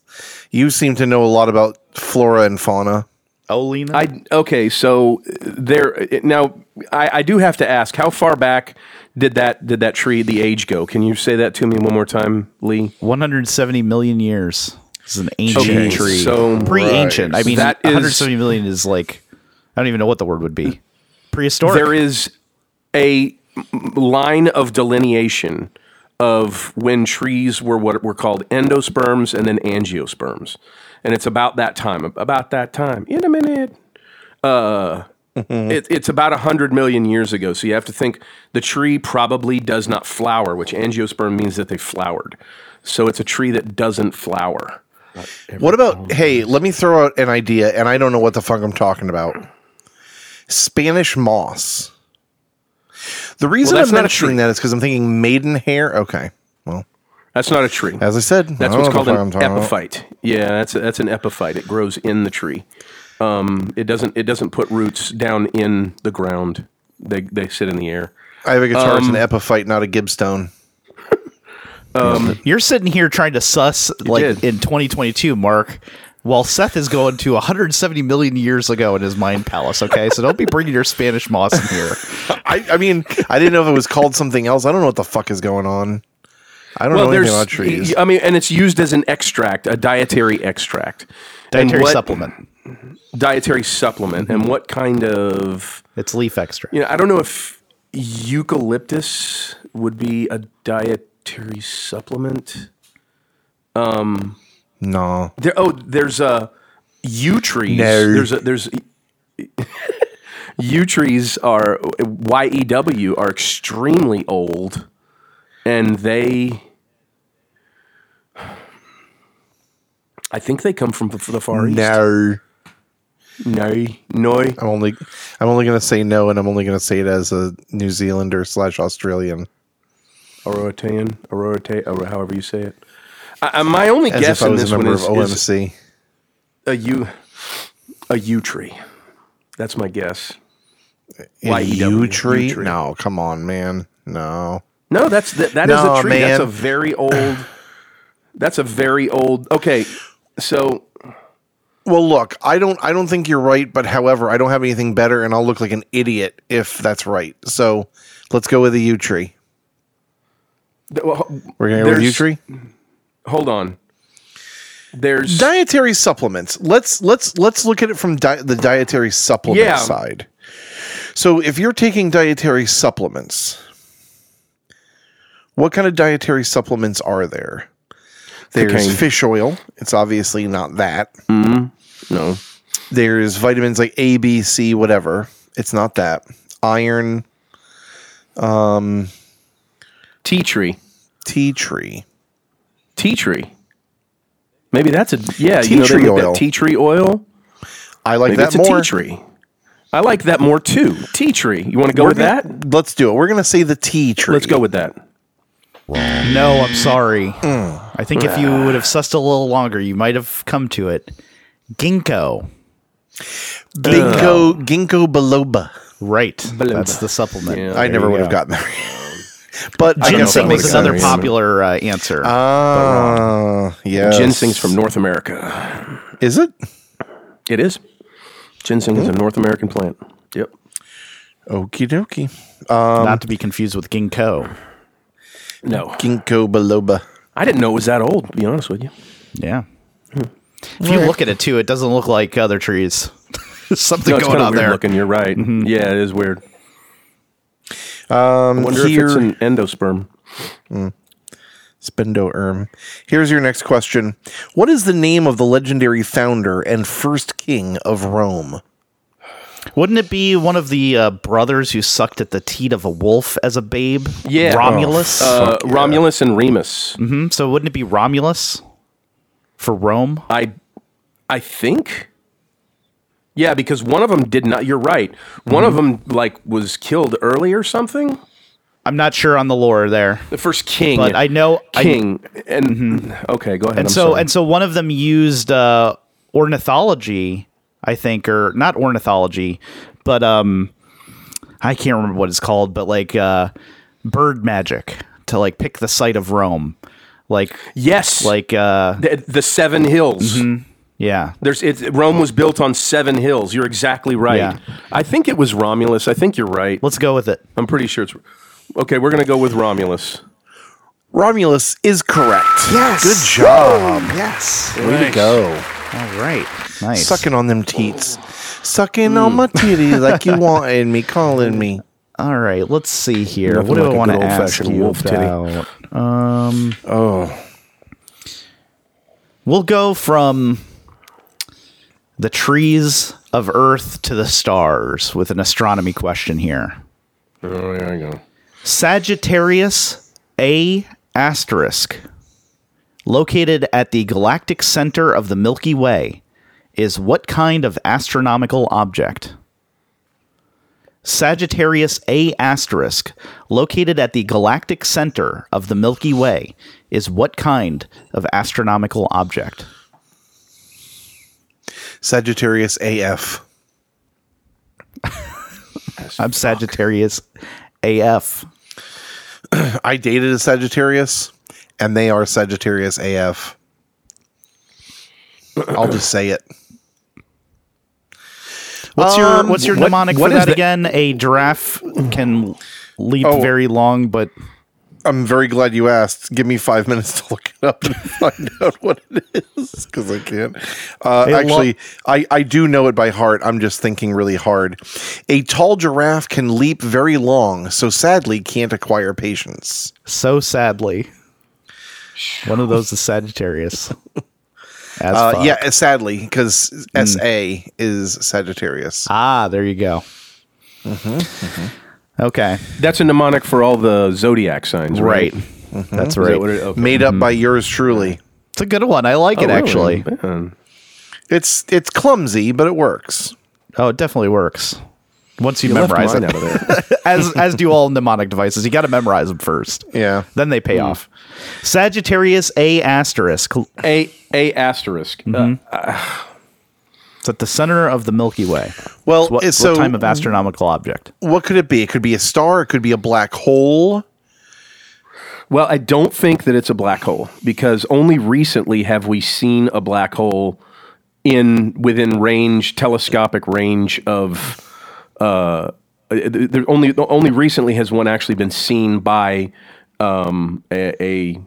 [SPEAKER 2] you seem to know a lot about flora and fauna.
[SPEAKER 1] Olina?
[SPEAKER 3] I okay. So uh, there uh, now. I, I do have to ask, how far back did that did that tree the age go? Can you say that to me one more time, Lee?
[SPEAKER 1] 170 million years. This is an ancient
[SPEAKER 3] Okay,
[SPEAKER 1] tree.
[SPEAKER 3] so-
[SPEAKER 1] Pre-ancient. I mean,
[SPEAKER 3] That is-
[SPEAKER 1] 170 million is like, I don't even know what the word would be. Prehistoric.
[SPEAKER 3] There is a m- line of delineation of when trees were what were called endosperms and then angiosperms. And it's about that time, about that time. In a minute. Uh, it, it's about 100 million years ago. So you have to think the tree probably does not flower, which angiosperm means that they flowered. So it's a tree that doesn't flower.
[SPEAKER 2] What about hey, let me throw out an idea and I don't know what the fuck I'm talking about. Spanish moss. The reason
[SPEAKER 3] that's
[SPEAKER 2] I'm
[SPEAKER 3] not a
[SPEAKER 2] mentioning
[SPEAKER 3] tree.
[SPEAKER 2] that is because I'm thinking maidenhair. Okay. Well,
[SPEAKER 3] That's not a tree.
[SPEAKER 2] as I said, I don't
[SPEAKER 3] That's what's
[SPEAKER 2] know what
[SPEAKER 3] called
[SPEAKER 2] the fuck
[SPEAKER 3] an
[SPEAKER 2] I'm talking about.
[SPEAKER 3] epiphyte. Yeah, that's a, that's an epiphyte. It grows in the tree. Um, it doesn't it doesn't put roots down in the ground. They they sit in the air.
[SPEAKER 2] I have a guitar. it's an
[SPEAKER 3] Um,
[SPEAKER 2] epiphyte, not a gibstone.
[SPEAKER 1] You're sitting here trying to suss like
[SPEAKER 3] did.
[SPEAKER 1] in 2022, Mark, while Seth is going to 170 million years ago in his mind palace. Okay, so don't be bringing your Spanish moss in here.
[SPEAKER 2] I, I mean, I didn't know if it was called something else. I don't know what the fuck is going on. I don't know anything about trees.
[SPEAKER 3] I mean, and it's used as an extract, a dietary extract, And
[SPEAKER 1] Dietary
[SPEAKER 3] what-
[SPEAKER 1] supplement.
[SPEAKER 3] dietary supplement, and what kind of
[SPEAKER 1] It's leaf extract.
[SPEAKER 3] you know? I don't know if eucalyptus would be a dietary supplement.
[SPEAKER 2] No.
[SPEAKER 3] There, oh, there's a yew trees.
[SPEAKER 2] No.
[SPEAKER 3] There's a, there's yew trees are Y E W are extremely old, and they. I think they come from the the far east.
[SPEAKER 2] No.
[SPEAKER 3] No, no.
[SPEAKER 2] I'm only I'm only gonna say no and I'm only gonna say it as a New Zealander slash Australian.
[SPEAKER 3] Orotan, Ororate, or however you say it. I, I, my only
[SPEAKER 2] As
[SPEAKER 3] guess
[SPEAKER 2] if I
[SPEAKER 3] in
[SPEAKER 2] was
[SPEAKER 3] this
[SPEAKER 2] a
[SPEAKER 3] one
[SPEAKER 2] member of
[SPEAKER 3] is, is
[SPEAKER 2] OMC.
[SPEAKER 3] a yew, a yew tree. That's my guess.
[SPEAKER 2] A
[SPEAKER 3] YEW,
[SPEAKER 2] yew tree?
[SPEAKER 3] yew tree.
[SPEAKER 2] No, come on, man. No.
[SPEAKER 3] No, that's that, that is
[SPEAKER 2] No,
[SPEAKER 3] a tree. That's
[SPEAKER 2] man.
[SPEAKER 3] a very old. That's a very old. Okay, so
[SPEAKER 2] Well look, I don't I don't think you're right, but however, I don't have anything better and I'll look like an idiot if that's right. So let's go with a yew tree.
[SPEAKER 3] th- well, ho-
[SPEAKER 2] We're gonna go with
[SPEAKER 3] there's-
[SPEAKER 2] yew tree?
[SPEAKER 3] Hold on. There's
[SPEAKER 2] dietary supplements let's let's let's look at it from di- the dietary supplement
[SPEAKER 3] Yeah.
[SPEAKER 2] side so if you're taking dietary supplements what kind of dietary supplements are there there's
[SPEAKER 3] Cocaine.
[SPEAKER 2] fish oil it's obviously not that
[SPEAKER 3] no.
[SPEAKER 2] there's vitamins like a b c whatever it's not that iron
[SPEAKER 3] Tea tree.
[SPEAKER 2] tea tree
[SPEAKER 3] Tea tree. Maybe that's a yeah.
[SPEAKER 2] Tea
[SPEAKER 3] you know, they
[SPEAKER 2] tree
[SPEAKER 3] make that
[SPEAKER 2] oil.
[SPEAKER 3] tea tree oil.
[SPEAKER 2] i like
[SPEAKER 3] Maybe
[SPEAKER 2] that
[SPEAKER 3] it's a
[SPEAKER 2] more
[SPEAKER 3] tea tree. I like that more too. Tea tree. You want to go
[SPEAKER 2] We're
[SPEAKER 3] with that?
[SPEAKER 2] gonna- let's do it we're gonna say the tea tree
[SPEAKER 3] Let's go with that.
[SPEAKER 1] No, I'm sorry.
[SPEAKER 3] Mm.
[SPEAKER 1] I think if you would have sussed a little longer, you might have come to it. Ginkgo.
[SPEAKER 2] ginkgo ginkgo biloba
[SPEAKER 1] Right.
[SPEAKER 3] Biloba.
[SPEAKER 1] That's the supplement.
[SPEAKER 2] I
[SPEAKER 3] Yeah. Oh, There
[SPEAKER 2] never
[SPEAKER 3] you
[SPEAKER 2] would have
[SPEAKER 3] go.
[SPEAKER 2] gotten there. but I guess that
[SPEAKER 1] Ginseng
[SPEAKER 2] makes
[SPEAKER 1] was
[SPEAKER 3] makes
[SPEAKER 1] another
[SPEAKER 3] sense.
[SPEAKER 1] popular uh, answer.
[SPEAKER 3] Um,
[SPEAKER 2] Ah, yeah.
[SPEAKER 3] Ginseng's from North America.
[SPEAKER 2] Is it?
[SPEAKER 3] It is. Ginseng is a
[SPEAKER 2] Hmm.
[SPEAKER 3] North American plant. Yep.
[SPEAKER 2] Okie dokie.
[SPEAKER 1] Not to be confused with
[SPEAKER 3] Hmm.
[SPEAKER 1] ginkgo.
[SPEAKER 3] No.
[SPEAKER 2] Ginkgo biloba.
[SPEAKER 3] I didn't know it was that old, to be honest with you.
[SPEAKER 1] Yeah.
[SPEAKER 3] Hmm.
[SPEAKER 1] If you look at it too, it doesn't look like other trees. There's something
[SPEAKER 3] No, it's
[SPEAKER 1] going
[SPEAKER 3] kind of
[SPEAKER 1] on
[SPEAKER 3] weird
[SPEAKER 1] there. Mm-hmm.
[SPEAKER 3] looking. You're right. Yeah, it is weird.
[SPEAKER 2] Um,
[SPEAKER 3] Wonder if it's
[SPEAKER 2] here,
[SPEAKER 3] an endosperm.
[SPEAKER 2] Spendoerm. erm. Here's your next question. What is the name of the legendary founder and first king of Rome?
[SPEAKER 1] Wouldn't it be one of the uh, brothers who sucked at the teat of a wolf as a babe?
[SPEAKER 3] Yeah.
[SPEAKER 1] Romulus.
[SPEAKER 3] Uh, Romulus and Remus.
[SPEAKER 1] Mhm. So wouldn't it be Romulus for Rome?
[SPEAKER 3] I, I think. Yeah, because one of them did not. You're right. One of 'em of
[SPEAKER 1] Mm-hmm.
[SPEAKER 3] them like was killed early or something.
[SPEAKER 1] I'm not sure on the lore there.
[SPEAKER 3] The first king,
[SPEAKER 1] But I know- I- Mm-hmm.
[SPEAKER 3] king, and okay, go ahead.
[SPEAKER 1] and so and so one of them used uh, ornithology, I think, or not ornithology, but um, I can't remember what it's called, but like uh, bird magic to like pick the site of Rome, like
[SPEAKER 3] yes,
[SPEAKER 1] like Mm-hmm. uh,
[SPEAKER 3] the, the seven hills.
[SPEAKER 1] yeah,
[SPEAKER 3] There's it's, Rome was built on seven hills. You're exactly right.
[SPEAKER 1] Yeah.
[SPEAKER 3] I think it was Romulus. I think you're right.
[SPEAKER 1] let's go with it.
[SPEAKER 3] I'm pretty sure it's okay. We're gonna go with Romulus.
[SPEAKER 2] Romulus is correct. Yes. Good job.
[SPEAKER 1] Yes.
[SPEAKER 2] Way to go.
[SPEAKER 1] All right. Nice.
[SPEAKER 2] Sucking on them teats. Sucking on my titties like you wanted me, calling me.
[SPEAKER 1] All right. Let's see here.
[SPEAKER 3] Nothing
[SPEAKER 1] what do
[SPEAKER 3] like
[SPEAKER 1] I
[SPEAKER 3] a
[SPEAKER 1] want to
[SPEAKER 3] good
[SPEAKER 1] ask
[SPEAKER 3] old-fashioned
[SPEAKER 1] you
[SPEAKER 3] wolf titty.
[SPEAKER 1] about? Um. Oh. We'll go from the trees of Earth to the stars with an astronomy question here.
[SPEAKER 3] Oh, there I go.
[SPEAKER 1] Sagittarius A asterisk located at the galactic center of the Milky Way, is what kind of astronomical object? Sagittarius A asterisk, located at the galactic center of the Milky Way, is what kind of astronomical object?
[SPEAKER 2] Sagittarius AF.
[SPEAKER 1] I'm Sagittarius AF.
[SPEAKER 2] I dated a Sagittarius, and they are Sagittarius AF. I'll just say it.
[SPEAKER 1] What's
[SPEAKER 2] Um,
[SPEAKER 1] your what's your
[SPEAKER 2] what-
[SPEAKER 1] mnemonic
[SPEAKER 2] what
[SPEAKER 1] for
[SPEAKER 2] is
[SPEAKER 1] that
[SPEAKER 2] the-
[SPEAKER 1] again? A giraffe can leap
[SPEAKER 2] Oh.
[SPEAKER 1] very long, but
[SPEAKER 2] I'm very glad you asked. Give me five minutes to look it up and find out what it is because I can't. Uh,
[SPEAKER 1] Hey, lo-
[SPEAKER 2] actually, I, I do know it by heart. I'm just thinking really hard. A tall giraffe can leap very long, so sadly can't acquire patience.
[SPEAKER 1] so sadly, one of those is Sagittarius. As
[SPEAKER 2] Uh,
[SPEAKER 1] fuck. Hmm.
[SPEAKER 2] yeah, sadly, because SA is Sagittarius.
[SPEAKER 1] Ah, there you go. Okay.
[SPEAKER 3] That's a mnemonic for all the zodiac signs, right?
[SPEAKER 1] Right. That's
[SPEAKER 3] Is
[SPEAKER 1] right.
[SPEAKER 3] that what it- okay.
[SPEAKER 2] Made
[SPEAKER 1] Hmm.
[SPEAKER 2] up by yours truly.
[SPEAKER 1] it's a good one. I like it
[SPEAKER 3] Oh,
[SPEAKER 1] actually.
[SPEAKER 3] really? Man.
[SPEAKER 2] It's it's clumsy, but it works.
[SPEAKER 1] Oh, it definitely works. Once you,
[SPEAKER 3] You left
[SPEAKER 1] memorize
[SPEAKER 3] mine
[SPEAKER 1] it,
[SPEAKER 3] out of there.
[SPEAKER 1] as as do all mnemonic devices, you got to memorize them first.
[SPEAKER 2] Yeah.
[SPEAKER 1] Then they pay off. Sagittarius A asterisk.
[SPEAKER 3] a a asterisk. Uh,
[SPEAKER 1] It's at the center of the Milky Way.
[SPEAKER 2] Well,
[SPEAKER 1] It's what,
[SPEAKER 2] it's
[SPEAKER 1] what
[SPEAKER 2] so
[SPEAKER 1] time of astronomical object?
[SPEAKER 2] what could it be? It could be a star. It could be a black hole.
[SPEAKER 3] well, I don't think that it's a black hole because only recently have we seen a black hole in within range, telescopic range of. Uh, uh, th- th- only only recently has one actually been seen by um, a a,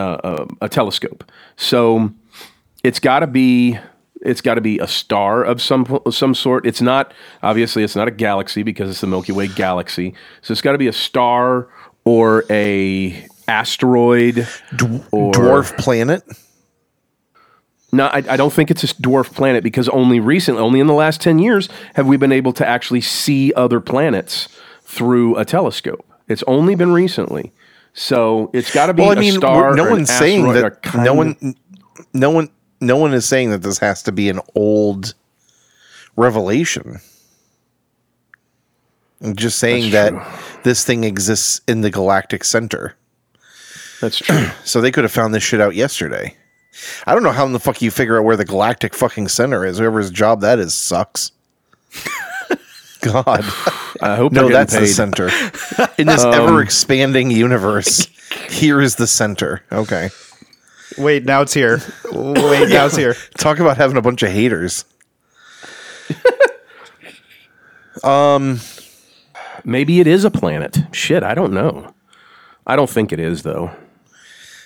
[SPEAKER 3] uh, uh, a telescope. So it's got to be it's got to be a star of some of some sort. It's not obviously it's not a galaxy because it's the Milky Way galaxy. So it's got to be a star or a asteroid. or,
[SPEAKER 2] Dwarf planet.
[SPEAKER 3] No, I, I don't think it's a dwarf planet because only recently, only in the last ten years, have we been able to actually see other planets through a telescope. It's only been recently. So it's got to be
[SPEAKER 2] Well, I
[SPEAKER 3] a
[SPEAKER 2] mean,
[SPEAKER 3] star.
[SPEAKER 2] we're- no
[SPEAKER 3] or an
[SPEAKER 2] one's saying
[SPEAKER 3] asteroid or
[SPEAKER 2] that.
[SPEAKER 3] kind
[SPEAKER 2] No
[SPEAKER 3] of-
[SPEAKER 2] one, no one, no one is saying that this has to be an old revelation. I'm just saying
[SPEAKER 3] That's
[SPEAKER 2] that this thing exists in the galactic center,
[SPEAKER 3] That's true.
[SPEAKER 2] so they could have found this shit out yesterday. I don't know how in the fuck you figure out where the galactic fucking center is. Whoever's job that is sucks. God,
[SPEAKER 3] I hope
[SPEAKER 2] no,
[SPEAKER 3] they're
[SPEAKER 2] that's
[SPEAKER 3] getting
[SPEAKER 2] the
[SPEAKER 3] paid. Um,
[SPEAKER 2] center. In this ever expanding universe, here is the center. Okay.
[SPEAKER 1] Wait, now it's here. Wait, now it's here.
[SPEAKER 2] Talk about having a bunch of haters.
[SPEAKER 3] Maybe it is a planet. Shit, I don't know. I don't think it is though.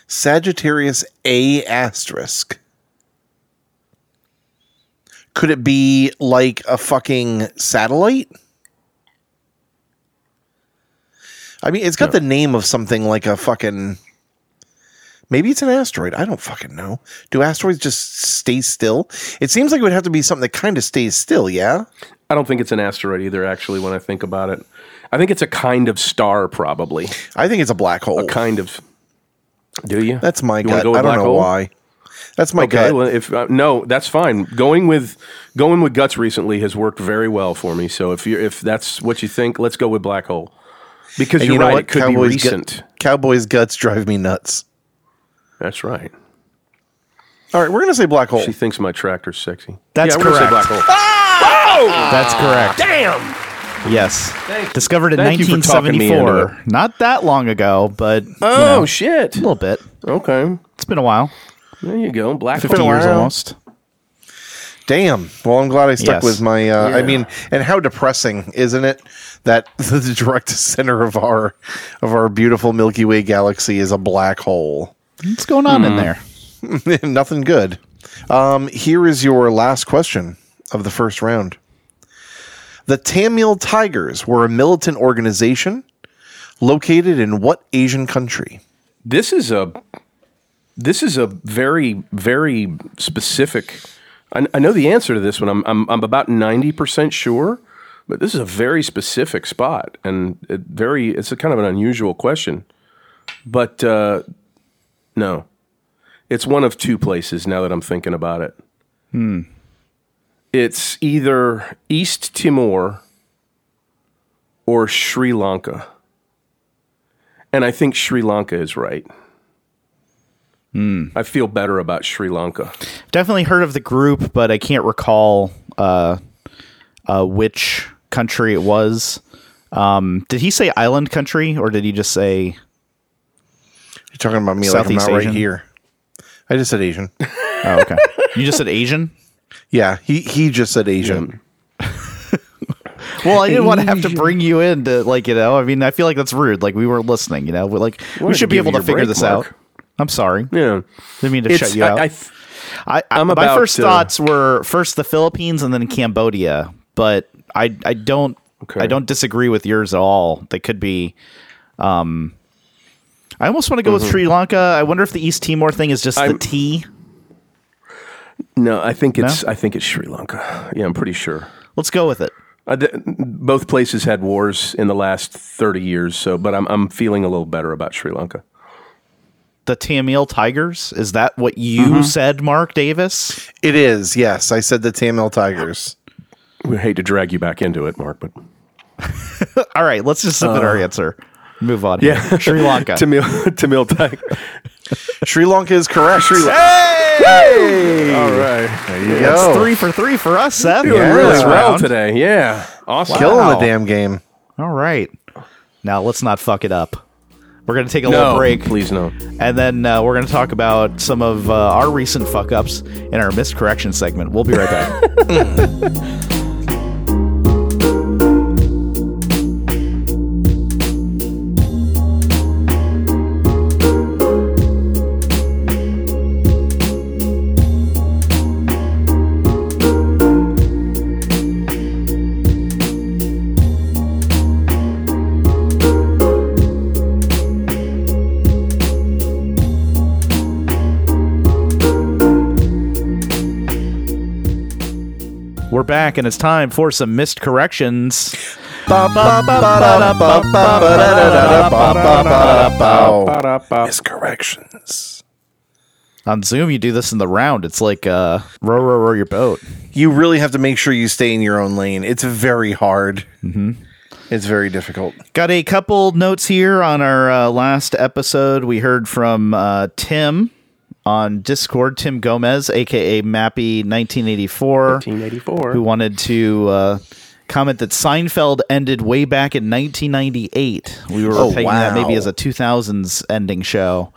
[SPEAKER 2] Sagittarius A asterisk. Could it be like a fucking satellite? I mean, it's got the name of something like a fucking. Maybe it's an asteroid. I don't fucking know. Do asteroids just stay still? It seems like it would have to be something that kind of stays still, yeah?
[SPEAKER 3] I don't think it's an asteroid either. Actually, when I think about it, I think it's a kind of star, probably.
[SPEAKER 2] I think it's a black hole.
[SPEAKER 3] Kind of. Do you?
[SPEAKER 2] That's my
[SPEAKER 3] You wanna
[SPEAKER 2] gut.
[SPEAKER 3] with
[SPEAKER 2] I don't
[SPEAKER 3] black
[SPEAKER 2] know
[SPEAKER 3] hole?
[SPEAKER 2] why. That's my
[SPEAKER 3] Okay.
[SPEAKER 2] gut.
[SPEAKER 3] Well, if uh, no, that's fine. Going with going with guts recently has worked very well for me. So if you are if that's what you think, let's go with black hole. Because
[SPEAKER 2] And
[SPEAKER 3] you're
[SPEAKER 2] you know
[SPEAKER 3] right,
[SPEAKER 2] what?
[SPEAKER 3] it could be
[SPEAKER 2] Cowboys, gut-
[SPEAKER 3] recent.
[SPEAKER 2] Cowboys guts drive me nuts.
[SPEAKER 3] that's right.
[SPEAKER 2] All right, we're gonna say black hole.
[SPEAKER 3] She thinks my tractor's sexy.
[SPEAKER 1] That's
[SPEAKER 3] yeah, we're gonna say
[SPEAKER 1] correct.
[SPEAKER 3] black hole.
[SPEAKER 1] That's correct.
[SPEAKER 3] Damn.
[SPEAKER 1] Yes. Discovered in
[SPEAKER 3] Thank you for talking me into
[SPEAKER 1] 1974. Not that long ago, but a
[SPEAKER 3] Oh shit.
[SPEAKER 1] little bit.
[SPEAKER 3] Okay.
[SPEAKER 1] It's been a while.
[SPEAKER 3] There you go. Black hole.
[SPEAKER 1] 50 years
[SPEAKER 2] while.
[SPEAKER 1] almost.
[SPEAKER 2] Damn. Well, I'm glad I stuck
[SPEAKER 1] Yes.
[SPEAKER 2] with my. Uh, I
[SPEAKER 3] Yeah.
[SPEAKER 2] mean, and how depressing, isn't it? That the direct center of our of our beautiful Milky Way galaxy is a black hole.
[SPEAKER 1] What's going on in there?
[SPEAKER 2] Nothing good. Um, here is your last question of the first round. The Tamil Tigers were a militant organization located in what Asian country?
[SPEAKER 3] this is a this is a very very specific I, I know the answer to this one i'm i'm, I'm about 90% sure but this is a very specific spot and it very it's a kind of an unusual question but uh, no It's one of two places now that I'm thinking about it. Hmm. It's either East Timor or Sri Lanka. And I think Sri Lanka is right.
[SPEAKER 1] Hmm.
[SPEAKER 3] I feel better about Sri Lanka.
[SPEAKER 1] Definitely heard of the group, but I can't recall uh, uh, which country it was. Um, did he say island country or did he just say?
[SPEAKER 2] You're talking about me
[SPEAKER 1] Southeast
[SPEAKER 2] like I'm not
[SPEAKER 1] Asian?
[SPEAKER 2] right here. I just said Asian.
[SPEAKER 1] Oh, okay. you just said Asian.
[SPEAKER 2] yeah, he he just said Asian.
[SPEAKER 1] Well, I didn't want to have to bring you in to like you know. I mean, I feel like that's rude. Like we weren't listening. You know, We're like we
[SPEAKER 3] Wanted
[SPEAKER 1] should
[SPEAKER 3] to
[SPEAKER 1] be
[SPEAKER 3] give
[SPEAKER 1] able to
[SPEAKER 3] you your
[SPEAKER 1] figure
[SPEAKER 3] break,
[SPEAKER 1] this
[SPEAKER 3] Mark.
[SPEAKER 1] out. I'm sorry.
[SPEAKER 3] Yeah.
[SPEAKER 1] Didn't mean to
[SPEAKER 3] It's,
[SPEAKER 1] shut you
[SPEAKER 3] I-
[SPEAKER 1] out.
[SPEAKER 3] I th-
[SPEAKER 1] I, I,
[SPEAKER 3] I'm
[SPEAKER 1] my
[SPEAKER 3] about
[SPEAKER 1] first
[SPEAKER 3] to-
[SPEAKER 1] thoughts were first the Philippines and then Cambodia, but I I don't
[SPEAKER 3] Okay.
[SPEAKER 1] I don't disagree with yours at all. They could be. Um, I almost want to go with Sri Lanka. I wonder if the East Timor thing is just the
[SPEAKER 3] Mm-hmm. I'm-
[SPEAKER 1] T.
[SPEAKER 3] no, I think it's I think it's Sri Lanka. Yeah, I'm pretty sure.
[SPEAKER 1] Let's go with it.
[SPEAKER 3] Uh, th- both places had wars in the last 30 years, so but I'm I'm feeling a little better about Sri Lanka.
[SPEAKER 1] The Tamil Tigers. Is that what you
[SPEAKER 3] Mm-hmm.
[SPEAKER 1] said, Mark Davis?
[SPEAKER 2] It is. Yes, I said the Tamil Tigers.
[SPEAKER 3] We hate to drag you back into it, Mark, but
[SPEAKER 1] All right, let's just submit
[SPEAKER 3] Uh,
[SPEAKER 1] our answer. Move on. Yeah, Sri Lanka.
[SPEAKER 3] Tamil Tamil Tiger.
[SPEAKER 2] Sri Lanka is correct. Sri Lanka.
[SPEAKER 3] All right.
[SPEAKER 1] That's three for three for us, Seth.
[SPEAKER 2] Yeah.
[SPEAKER 3] Oh. Really
[SPEAKER 2] This
[SPEAKER 3] well
[SPEAKER 1] round.
[SPEAKER 3] today. Yeah. Awesome.
[SPEAKER 2] Killing
[SPEAKER 1] Wow.
[SPEAKER 2] the damn game.
[SPEAKER 1] All right. Now let's not fuck it up. We're gonna take a
[SPEAKER 3] No,
[SPEAKER 1] little break.
[SPEAKER 3] please no.
[SPEAKER 1] And then uh, we're going to talk about some of uh, our recent fuck ups in our miscorrection segment. We'll be right back. we're back, and it's time for some missed corrections.
[SPEAKER 2] His corrections.
[SPEAKER 1] On Zoom, you do this in the round. It's like uh, row, row, row your boat.
[SPEAKER 2] You really have to make sure you stay in your own lane. It's very hard. It's very difficult.
[SPEAKER 1] Got a couple notes here on our uh, last episode. We heard from uh, Tim on Discord, Tim Gomez, aka Mappy1984.
[SPEAKER 3] 1984.
[SPEAKER 1] who wanted to uh, comment that Seinfeld ended way back in 1998. We were
[SPEAKER 2] Oh,
[SPEAKER 1] pegging that maybe
[SPEAKER 2] wow.
[SPEAKER 1] as a 2000s ending show.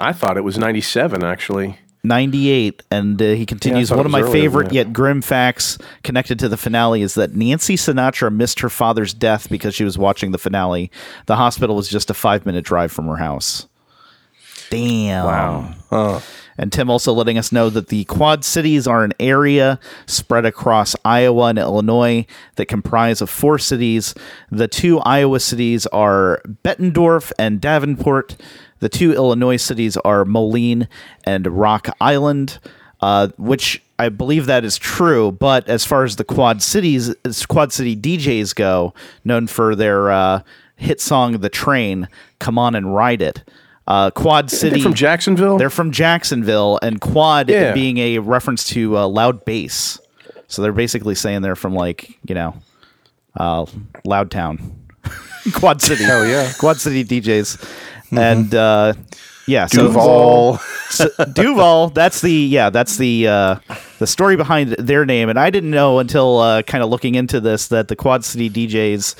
[SPEAKER 3] I thought it was 97 actually.
[SPEAKER 1] 98, and uh, he continues.
[SPEAKER 3] thought
[SPEAKER 1] One
[SPEAKER 3] it
[SPEAKER 1] of my
[SPEAKER 3] was earlier than
[SPEAKER 1] favorite
[SPEAKER 3] that."
[SPEAKER 1] yet grim facts connected to the finale is that Nancy Sinatra missed her father's death because she was watching the finale. The hospital was just a five minute drive from her house. Damn.
[SPEAKER 3] Wow.
[SPEAKER 1] And Tim also letting us know that the Quad Cities are an area spread across Iowa and Illinois that comprise of four cities. The two Iowa cities are Bettendorf and Davenport. The two Illinois cities are Moline and Rock Island, uh, which I believe that is true. But as far as the Quad Cities, as Quad City DJs go, known for their uh, hit song "The Train," "Come On and Ride It." Uh, Quad City
[SPEAKER 3] They're from Jacksonville?
[SPEAKER 1] they're from Jacksonville, and quad
[SPEAKER 3] Yeah.
[SPEAKER 1] being a reference to uh, loud bass. So they're basically saying they're from like you know, uh, Loud Town, Quad City. Oh yeah, Quad City DJs, and uh, yeah, so-
[SPEAKER 2] Duval.
[SPEAKER 1] so Duval, that's the yeah, that's the uh, the story behind their name, and I didn't know until uh, kind of looking into this that the Quad City DJs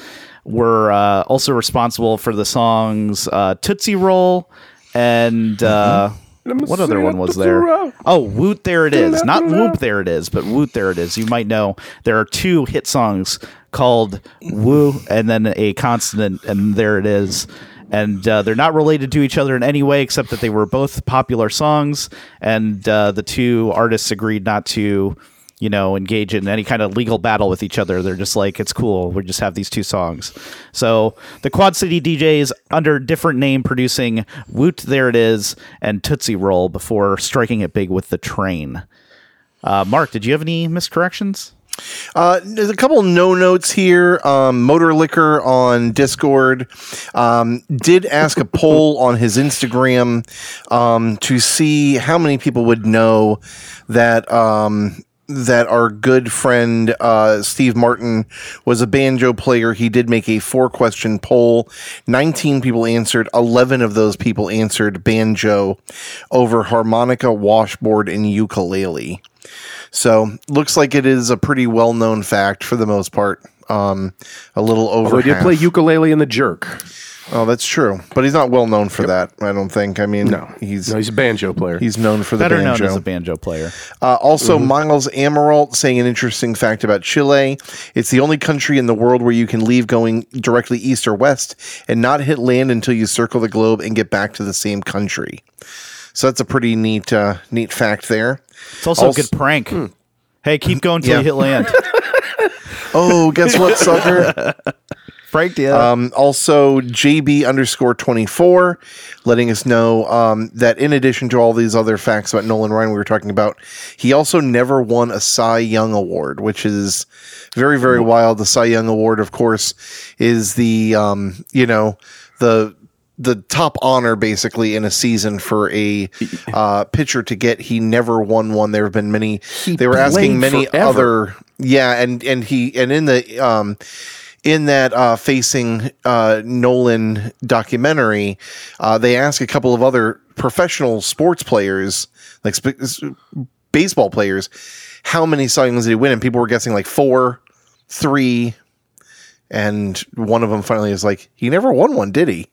[SPEAKER 1] were uh, also responsible for the songs uh, Tootsie Roll and uh,
[SPEAKER 3] me
[SPEAKER 1] what
[SPEAKER 3] see
[SPEAKER 1] other
[SPEAKER 3] that
[SPEAKER 1] one was
[SPEAKER 3] Tootsie
[SPEAKER 1] there?
[SPEAKER 3] Roll.
[SPEAKER 1] Oh, Woot There It Is, not
[SPEAKER 3] Tootsie Roll.
[SPEAKER 1] Whoop There It Is, but Woot There It Is. You might know there are two hit songs called Woo and then a consonant and There It Is. And uh, they're not related to each other in any way, except that they were both popular songs, and uh, the two artists agreed not to, you know, engage in any kind of legal battle with each other. They're just like, it's cool. We just have these two songs. So the Quad City DJs, under different name, producing Woot There It Is and Tootsie Roll before striking it big with the train. Uh, Mark, did you have any miscorrections?
[SPEAKER 2] Uh, there's a couple no notes here. Um, Motor Liquor on Discord um, did ask a poll on his Instagram um, to see how many people would know that um, that our good friend uh, Steve Martin was a banjo player. He did make a four question poll. 19 people answered. 11 of those people answered banjo over harmonica, washboard, and ukulele. So looks like it is a pretty well known fact for the most part. Um, a little over.
[SPEAKER 3] We did
[SPEAKER 2] half.
[SPEAKER 3] play ukulele in the jerk.
[SPEAKER 2] oh, that's true. But he's not well known for that. I don't think. I mean,
[SPEAKER 3] No,
[SPEAKER 2] he's
[SPEAKER 3] no, he's a banjo player.
[SPEAKER 2] he's known for the
[SPEAKER 1] Better
[SPEAKER 2] banjo.
[SPEAKER 1] known as a Mm-hmm. banjo player.
[SPEAKER 2] Uh, also, Miles Amaralt saying an interesting fact about Chile. It's the only country in the world where you can leave going directly east or west and not hit land until you circle the globe and get back to the same country. So that's a pretty neat, uh, neat fact there.
[SPEAKER 1] It's also
[SPEAKER 2] Also- Hmm.
[SPEAKER 1] a good prank. Hey, keep going till
[SPEAKER 2] Yeah.
[SPEAKER 1] you hit land.
[SPEAKER 2] Oh, guess what, sucker?
[SPEAKER 1] Frank, yeah.
[SPEAKER 3] Uh,
[SPEAKER 2] Um, also, JB underscore 24 letting us know um, that in addition to all these other facts about Nolan Ryan we were talking about, he also never won a Cy Young Award, which is very, very wild. The Cy Young Award, of course, is the, um, you know, the the top honor basically in a season for a uh, pitcher to get he never won one there have been many they were asking
[SPEAKER 3] played
[SPEAKER 2] many
[SPEAKER 3] forever.
[SPEAKER 2] other other- yeah and and he and in the um in that uh, facing uh, Nolan documentary, uh, they ask a couple of other professional sports players, like sp- s- baseball players, how many Cy Youngs did he win? And people were guessing like four, three, and one of them finally is like, he never won one, did he?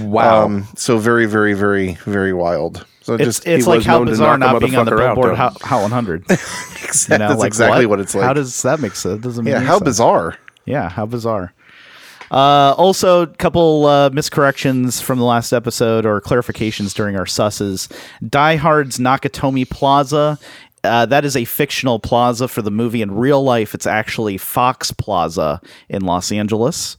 [SPEAKER 3] wow.
[SPEAKER 2] Um, so very, very, very, very wild. So
[SPEAKER 1] it's
[SPEAKER 2] just
[SPEAKER 1] it's
[SPEAKER 3] he
[SPEAKER 1] like
[SPEAKER 3] was
[SPEAKER 1] how
[SPEAKER 3] known to
[SPEAKER 1] bizarre
[SPEAKER 3] knock a
[SPEAKER 1] not being on the
[SPEAKER 3] motherfucker out,
[SPEAKER 1] Billboard
[SPEAKER 3] though.
[SPEAKER 1] Hot Hot 100. You know,
[SPEAKER 2] that's
[SPEAKER 1] like,
[SPEAKER 2] exactly what? it's like.
[SPEAKER 1] How does that make sense? Doesn't make
[SPEAKER 2] yeah,
[SPEAKER 1] any
[SPEAKER 2] how
[SPEAKER 1] sense.
[SPEAKER 2] bizarre.
[SPEAKER 1] Yeah, how bizarre. Uh, also, a couple uh, miscorrections from the last episode or clarifications during our susses. Die Hard's Nakatomi Plaza. Uh, that is a fictional plaza for the movie. In real life, it's actually Fox Plaza in Los Angeles.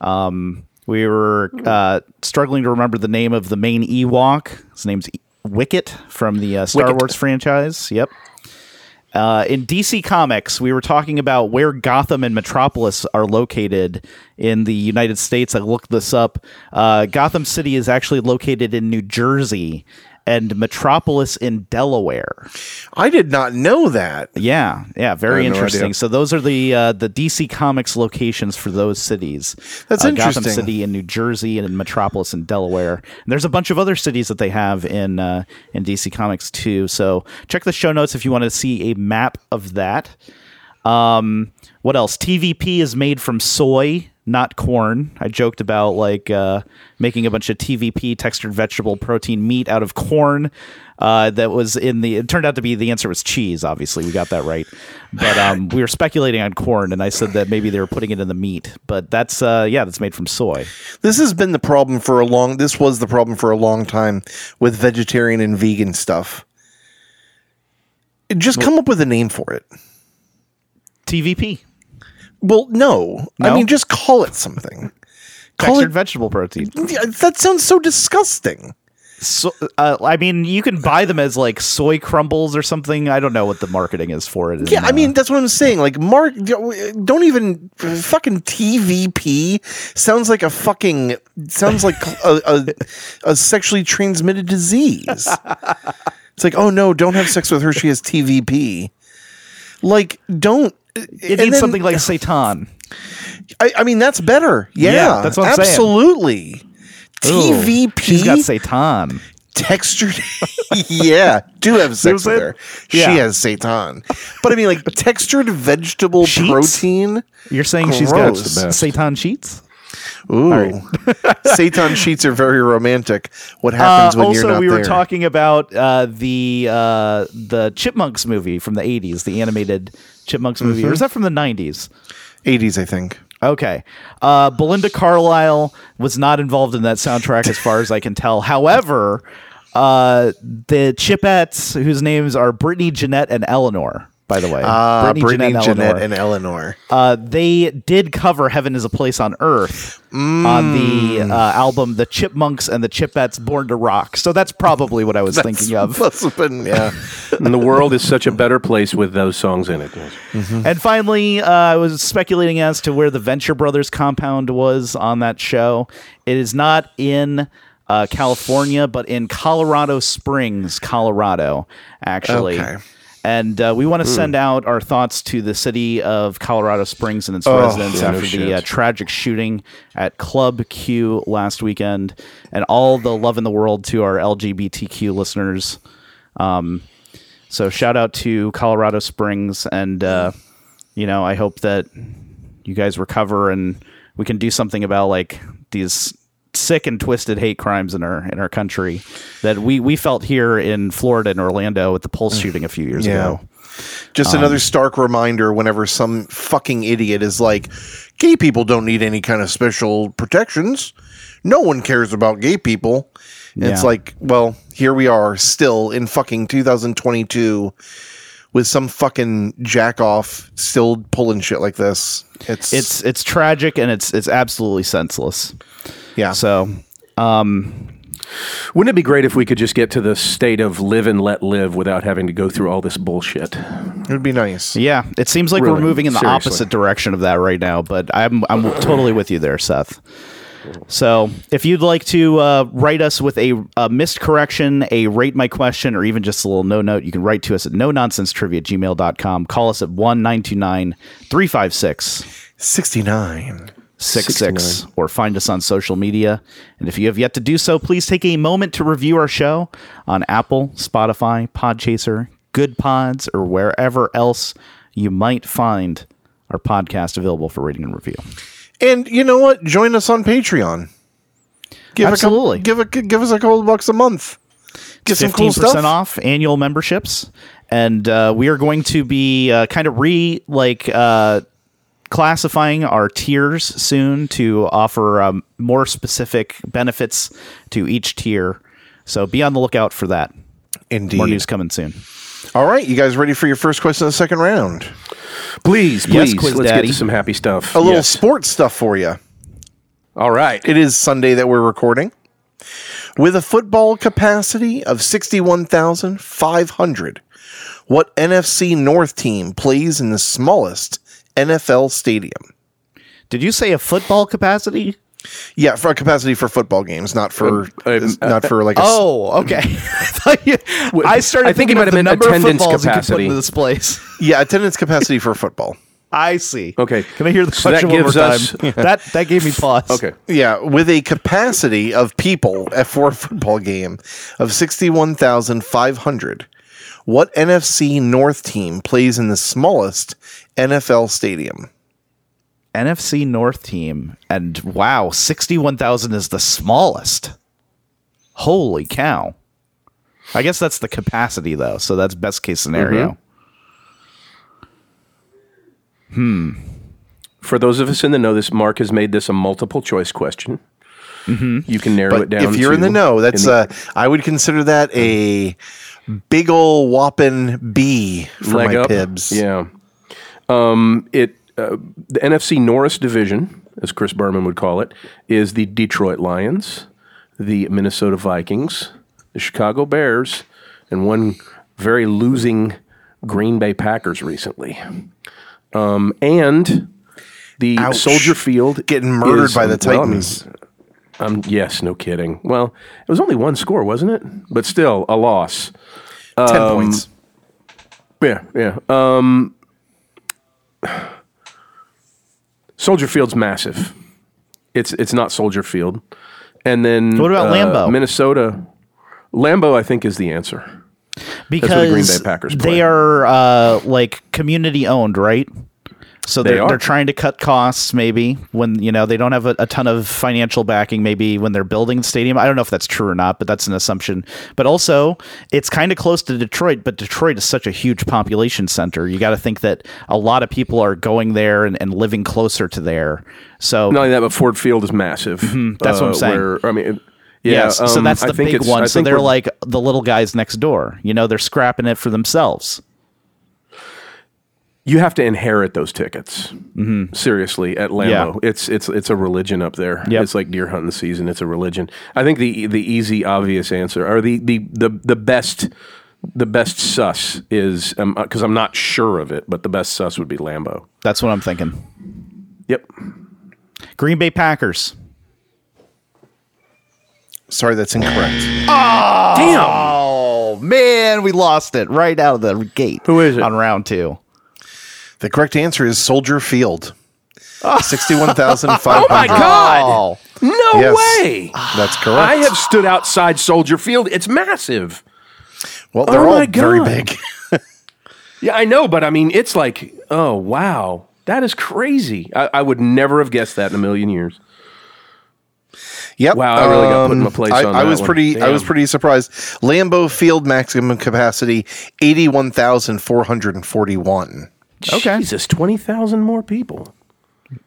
[SPEAKER 1] Um, we were uh, struggling to remember the name of the main Ewok. His name's E- Wicket from the uh, Star
[SPEAKER 2] Wicket.
[SPEAKER 1] Wars franchise. Yep. Uh, in DC Comics, we were talking about where Gotham and Metropolis are located in the United States. I looked this up. Uh, Gotham City is actually located in New Jersey and Metropolis in Delaware.
[SPEAKER 2] I did not know that.
[SPEAKER 1] Yeah, yeah, very
[SPEAKER 2] I had no
[SPEAKER 1] interesting.
[SPEAKER 2] idea.
[SPEAKER 1] so those are the uh, the DC Comics locations for those cities.
[SPEAKER 2] That's
[SPEAKER 1] uh, Gotham
[SPEAKER 2] interesting.
[SPEAKER 1] City in New Jersey and in Metropolis in Delaware. And there's a bunch of other cities that they have in uh, in DC Comics too. So check the show notes if you want to see a map of that. Um, what else? TVP is made from soy, not corn. I joked about like uh, making a bunch of TVP textured vegetable protein meat out of corn. Uh, that was in the. It turned out to be the answer was cheese. Obviously, we got that right, but um, we were speculating on corn, and I said that maybe they were putting it in the meat. But that's uh, yeah, that's made from soy.
[SPEAKER 2] This has been the problem for a long. This was the problem for a long time with vegetarian and vegan stuff. Just come up with a name for it.
[SPEAKER 1] TVP
[SPEAKER 2] Well, no, I
[SPEAKER 1] No?
[SPEAKER 2] mean just call it something. Call
[SPEAKER 1] textured
[SPEAKER 2] it.
[SPEAKER 1] vegetable protein.
[SPEAKER 2] Yeah, That sounds so disgusting.
[SPEAKER 1] So, uh, I mean, you can buy them as like soy crumbles or something. I don't know what the marketing is for it. in,
[SPEAKER 2] Yeah, I
[SPEAKER 1] uh,
[SPEAKER 2] mean that's what I'm saying. Like, Mark, don't even fucking TVP sounds like a fucking sounds like a, a, a sexually transmitted disease. It's like, oh no, don't have sex with her. She has TVP. Like, don't.
[SPEAKER 1] it needs something like seitan.
[SPEAKER 2] I, I mean, that's better. Yeah,
[SPEAKER 1] Yeah, that's what I'm saying.
[SPEAKER 2] absolutely.
[SPEAKER 1] Ooh,
[SPEAKER 2] TVP
[SPEAKER 1] She's got Satan.
[SPEAKER 2] textured. yeah, do have sex with her.
[SPEAKER 1] Yeah.
[SPEAKER 2] She has seitan. But I mean, like textured vegetable
[SPEAKER 1] Sheets?
[SPEAKER 2] protein.
[SPEAKER 1] You're saying she's got
[SPEAKER 2] Gross.
[SPEAKER 1] s- Satan sheets?
[SPEAKER 2] Ooh, seitan sheets are very romantic. What happens when
[SPEAKER 1] Uh,
[SPEAKER 2] you're
[SPEAKER 1] also,
[SPEAKER 2] not
[SPEAKER 1] we were
[SPEAKER 2] there?
[SPEAKER 1] talking about uh, the uh, the Chipmunks movie from the '80s, the animated Chipmunks movie,
[SPEAKER 2] Mm-hmm.
[SPEAKER 1] or is that from the '90s?
[SPEAKER 2] 80s, I think.
[SPEAKER 1] Okay, uh, Belinda Carlisle was not involved in that soundtrack, as far as I can tell. However, uh, the Chipettes, whose names are Brittany, Jeanette, and Eleanor, by the way.
[SPEAKER 2] Uh, Brittany, Jeanette,
[SPEAKER 1] Eleanor.
[SPEAKER 2] and Eleanor.
[SPEAKER 1] Uh, they did cover "Heaven Is a Place on Earth" on the uh, album "The Chipmunks and the Chipettes Born to Rock." So that's probably what I was thinking of.
[SPEAKER 2] Must have been, yeah.
[SPEAKER 3] and the world is such a better place with those songs in it.
[SPEAKER 1] And finally, uh, I was speculating as to where the Venture Brothers compound was on that show. It is not in uh, California, but in Colorado Springs, Colorado, actually.
[SPEAKER 2] Okay.
[SPEAKER 1] And uh, we want
[SPEAKER 3] Hmm.
[SPEAKER 1] to send out our thoughts to the city of Colorado Springs and its residents
[SPEAKER 3] Oh, yeah, no
[SPEAKER 1] after the
[SPEAKER 3] shit.
[SPEAKER 1] uh, tragic shooting at Club Q last weekend, and all the love in the world to our LGBTQ listeners. Um, So shout out to Colorado Springs, and uh, you know I hope that you guys recover and we can do something about like these sick and twisted hate crimes in our in our country that we we felt here in Florida and Orlando with the Pulse shooting a few years
[SPEAKER 2] Yeah.
[SPEAKER 1] ago.
[SPEAKER 2] Just
[SPEAKER 1] Um,
[SPEAKER 2] another stark reminder whenever some fucking idiot is like, gay people don't need any kind of special protections. No one cares about gay people. And It's
[SPEAKER 1] Yeah.
[SPEAKER 2] like, well, here we are still in fucking 2022 with some fucking jack off still pulling shit like this. It's,
[SPEAKER 1] It's it's tragic and it's it's absolutely senseless.
[SPEAKER 2] yeah.
[SPEAKER 1] So
[SPEAKER 3] Wouldn't it be great if we could just get to the state of live and let live without having to go through all this bullshit?
[SPEAKER 2] it would be nice.
[SPEAKER 1] yeah, it seems like we're
[SPEAKER 3] Really,
[SPEAKER 1] moving in the
[SPEAKER 3] seriously.
[SPEAKER 1] opposite direction of that right now. But I'm I'm totally with you there, Seth. So, if you'd like to uh, write us with a, a missed correction, a rate my question, or even just a little no note, you can write to us at no nonsense trivia at gmail.com. Call us at 1 356
[SPEAKER 2] 69.
[SPEAKER 1] 66 or find us on social media. And if you have yet to do so, please take a moment to review our show on Apple, Spotify, Podchaser, Good Pods, or wherever else you might find our podcast available for rating and review.
[SPEAKER 2] And you know what? Join us on Patreon. Give
[SPEAKER 1] Absolutely.
[SPEAKER 2] A couple, give, a, give us a couple bucks a month. Get some cool
[SPEAKER 1] fifteen
[SPEAKER 2] stuff.
[SPEAKER 1] percent off annual memberships, and uh, we are going to be uh, kind of re like uh, classifying our tiers soon to offer um, more specific benefits to each tier. So be on the lookout for that.
[SPEAKER 2] Indeed.
[SPEAKER 1] More news coming soon.
[SPEAKER 2] All right, you guys ready for your first question of the second round?
[SPEAKER 3] Please,
[SPEAKER 1] Yes,
[SPEAKER 3] please,
[SPEAKER 1] Quiz
[SPEAKER 3] let's
[SPEAKER 1] Daddy.
[SPEAKER 3] get to some happy stuff.
[SPEAKER 2] A little
[SPEAKER 3] Yes.
[SPEAKER 2] sports stuff for you.
[SPEAKER 3] All right.
[SPEAKER 2] It is Sunday that we're recording. With a football capacity of 61,500, what NFC North team plays in the smallest NFL stadium?
[SPEAKER 1] Did you say a football capacity?
[SPEAKER 2] Yeah, for a capacity for football games, not for
[SPEAKER 3] um,
[SPEAKER 2] not for like a s-
[SPEAKER 1] Oh, okay. I thought you- I started
[SPEAKER 3] I think
[SPEAKER 1] thinking
[SPEAKER 3] it might
[SPEAKER 1] about the
[SPEAKER 3] have meant
[SPEAKER 1] number of
[SPEAKER 3] attendance
[SPEAKER 1] footballs you could put
[SPEAKER 3] capacity.
[SPEAKER 1] into this place.
[SPEAKER 2] yeah attendance capacity for football.
[SPEAKER 1] I see.
[SPEAKER 3] Okay.
[SPEAKER 1] Can I hear the
[SPEAKER 3] So that
[SPEAKER 1] question one more
[SPEAKER 3] gives
[SPEAKER 1] time?
[SPEAKER 3] us-
[SPEAKER 1] that that gave me pause.
[SPEAKER 3] Okay.
[SPEAKER 2] Yeah, with a capacity of people at for a football game of 61,500. What NFC North team plays in the smallest NFL stadium?
[SPEAKER 1] NFC North team, and wow, sixty-one thousand is the smallest. Holy cow! I guess that's the capacity though, so that's best case scenario.
[SPEAKER 3] For those of us in the know, this Mark has made this a multiple choice question. You can narrow
[SPEAKER 2] Mm-hmm. But
[SPEAKER 3] it down.
[SPEAKER 2] if you're in
[SPEAKER 3] to-
[SPEAKER 2] the know, that's
[SPEAKER 3] in the-
[SPEAKER 2] uh, I would consider that a big ol' whopping B for
[SPEAKER 3] leg
[SPEAKER 2] my
[SPEAKER 3] up.
[SPEAKER 2] pibs.
[SPEAKER 3] Yeah. Um, it uh, the NFC Norris division, as Chris Berman would call it, is the Detroit Lions, the Minnesota Vikings, the Chicago Bears, and one very losing Green Bay Packers recently. Um, and the
[SPEAKER 2] Ouch.
[SPEAKER 3] Soldier Field
[SPEAKER 2] Getting murdered
[SPEAKER 3] is-
[SPEAKER 2] by the
[SPEAKER 3] well, I mean,
[SPEAKER 2] Titans.
[SPEAKER 3] um, yes, no kidding. Well, it was only one score, wasn't it? But still, a loss. Uh,
[SPEAKER 2] 10
[SPEAKER 3] um,
[SPEAKER 2] points.
[SPEAKER 3] Yeah, yeah. Um, Soldier Field's massive. It's it's not Soldier Field, and then uh,
[SPEAKER 1] What about Lambeau?
[SPEAKER 3] Minnesota, Lambeau, I think is the answer.
[SPEAKER 1] Because
[SPEAKER 3] where the Green Bay Packers play.
[SPEAKER 1] they are uh, like community owned, right? So they're, they
[SPEAKER 3] are.
[SPEAKER 1] are trying to cut costs, maybe when you know they don't have a, a ton of financial backing. Maybe when they're building the stadium, I don't know if that's true or not, but that's an assumption. But also, it's kind of close to Detroit, but Detroit is such a huge population center. You got to think that a lot of people are going there and, and living closer to there. So
[SPEAKER 3] Not only that, but Ford Field is massive.
[SPEAKER 1] Mm-hmm.
[SPEAKER 3] Uh,
[SPEAKER 1] that's what I'm saying.
[SPEAKER 3] Where, I mean, it- yeah.
[SPEAKER 1] Yes, so
[SPEAKER 3] um,
[SPEAKER 1] that's
[SPEAKER 3] I
[SPEAKER 1] the
[SPEAKER 3] think
[SPEAKER 1] big
[SPEAKER 3] it's- I
[SPEAKER 1] one. So
[SPEAKER 3] think
[SPEAKER 1] they're
[SPEAKER 3] we're-
[SPEAKER 1] like the little guys next door. You know, they're scrapping it for themselves.
[SPEAKER 3] you have to inherit those tickets. Seriously, at Lambo, it's it's it's a religion up there.
[SPEAKER 1] Yep.
[SPEAKER 3] It's like deer hunting season. It's a religion. I think the the easy, obvious answer, or the the the, the best the best sus is because I'm not sure of it, but the best sus would be Lambo.
[SPEAKER 1] That's what I'm thinking.
[SPEAKER 3] Yep.
[SPEAKER 1] Green Bay Packers.
[SPEAKER 2] Sorry, that's incorrect.
[SPEAKER 3] Damn.
[SPEAKER 1] Oh man, we lost it right out of the gate.
[SPEAKER 3] Who is it?
[SPEAKER 1] on round two?
[SPEAKER 2] The correct answer is Soldier Field. 61,500.
[SPEAKER 3] Oh my god.
[SPEAKER 1] Oh,
[SPEAKER 3] No
[SPEAKER 2] Uh-huh. Yes.
[SPEAKER 3] way.
[SPEAKER 2] That's correct.
[SPEAKER 3] I have stood outside Soldier Field. It's massive.
[SPEAKER 2] well, they're
[SPEAKER 3] Oh
[SPEAKER 2] all
[SPEAKER 3] my
[SPEAKER 2] very
[SPEAKER 3] God.
[SPEAKER 2] big.
[SPEAKER 3] Yeah, I know, but I mean, it's like, oh wow, that is crazy. I, I would never have guessed that in a million years.
[SPEAKER 2] Yep. Um,
[SPEAKER 3] Wow, I really got put in my place
[SPEAKER 2] I,
[SPEAKER 3] on
[SPEAKER 2] I
[SPEAKER 3] that
[SPEAKER 2] was
[SPEAKER 3] one.
[SPEAKER 2] pretty. I was
[SPEAKER 3] Damn.
[SPEAKER 2] pretty surprised. Lambeau Field maximum capacity eighty one thousand four hundred and forty one.
[SPEAKER 1] Okay.
[SPEAKER 3] Jesus, twenty thousand more people.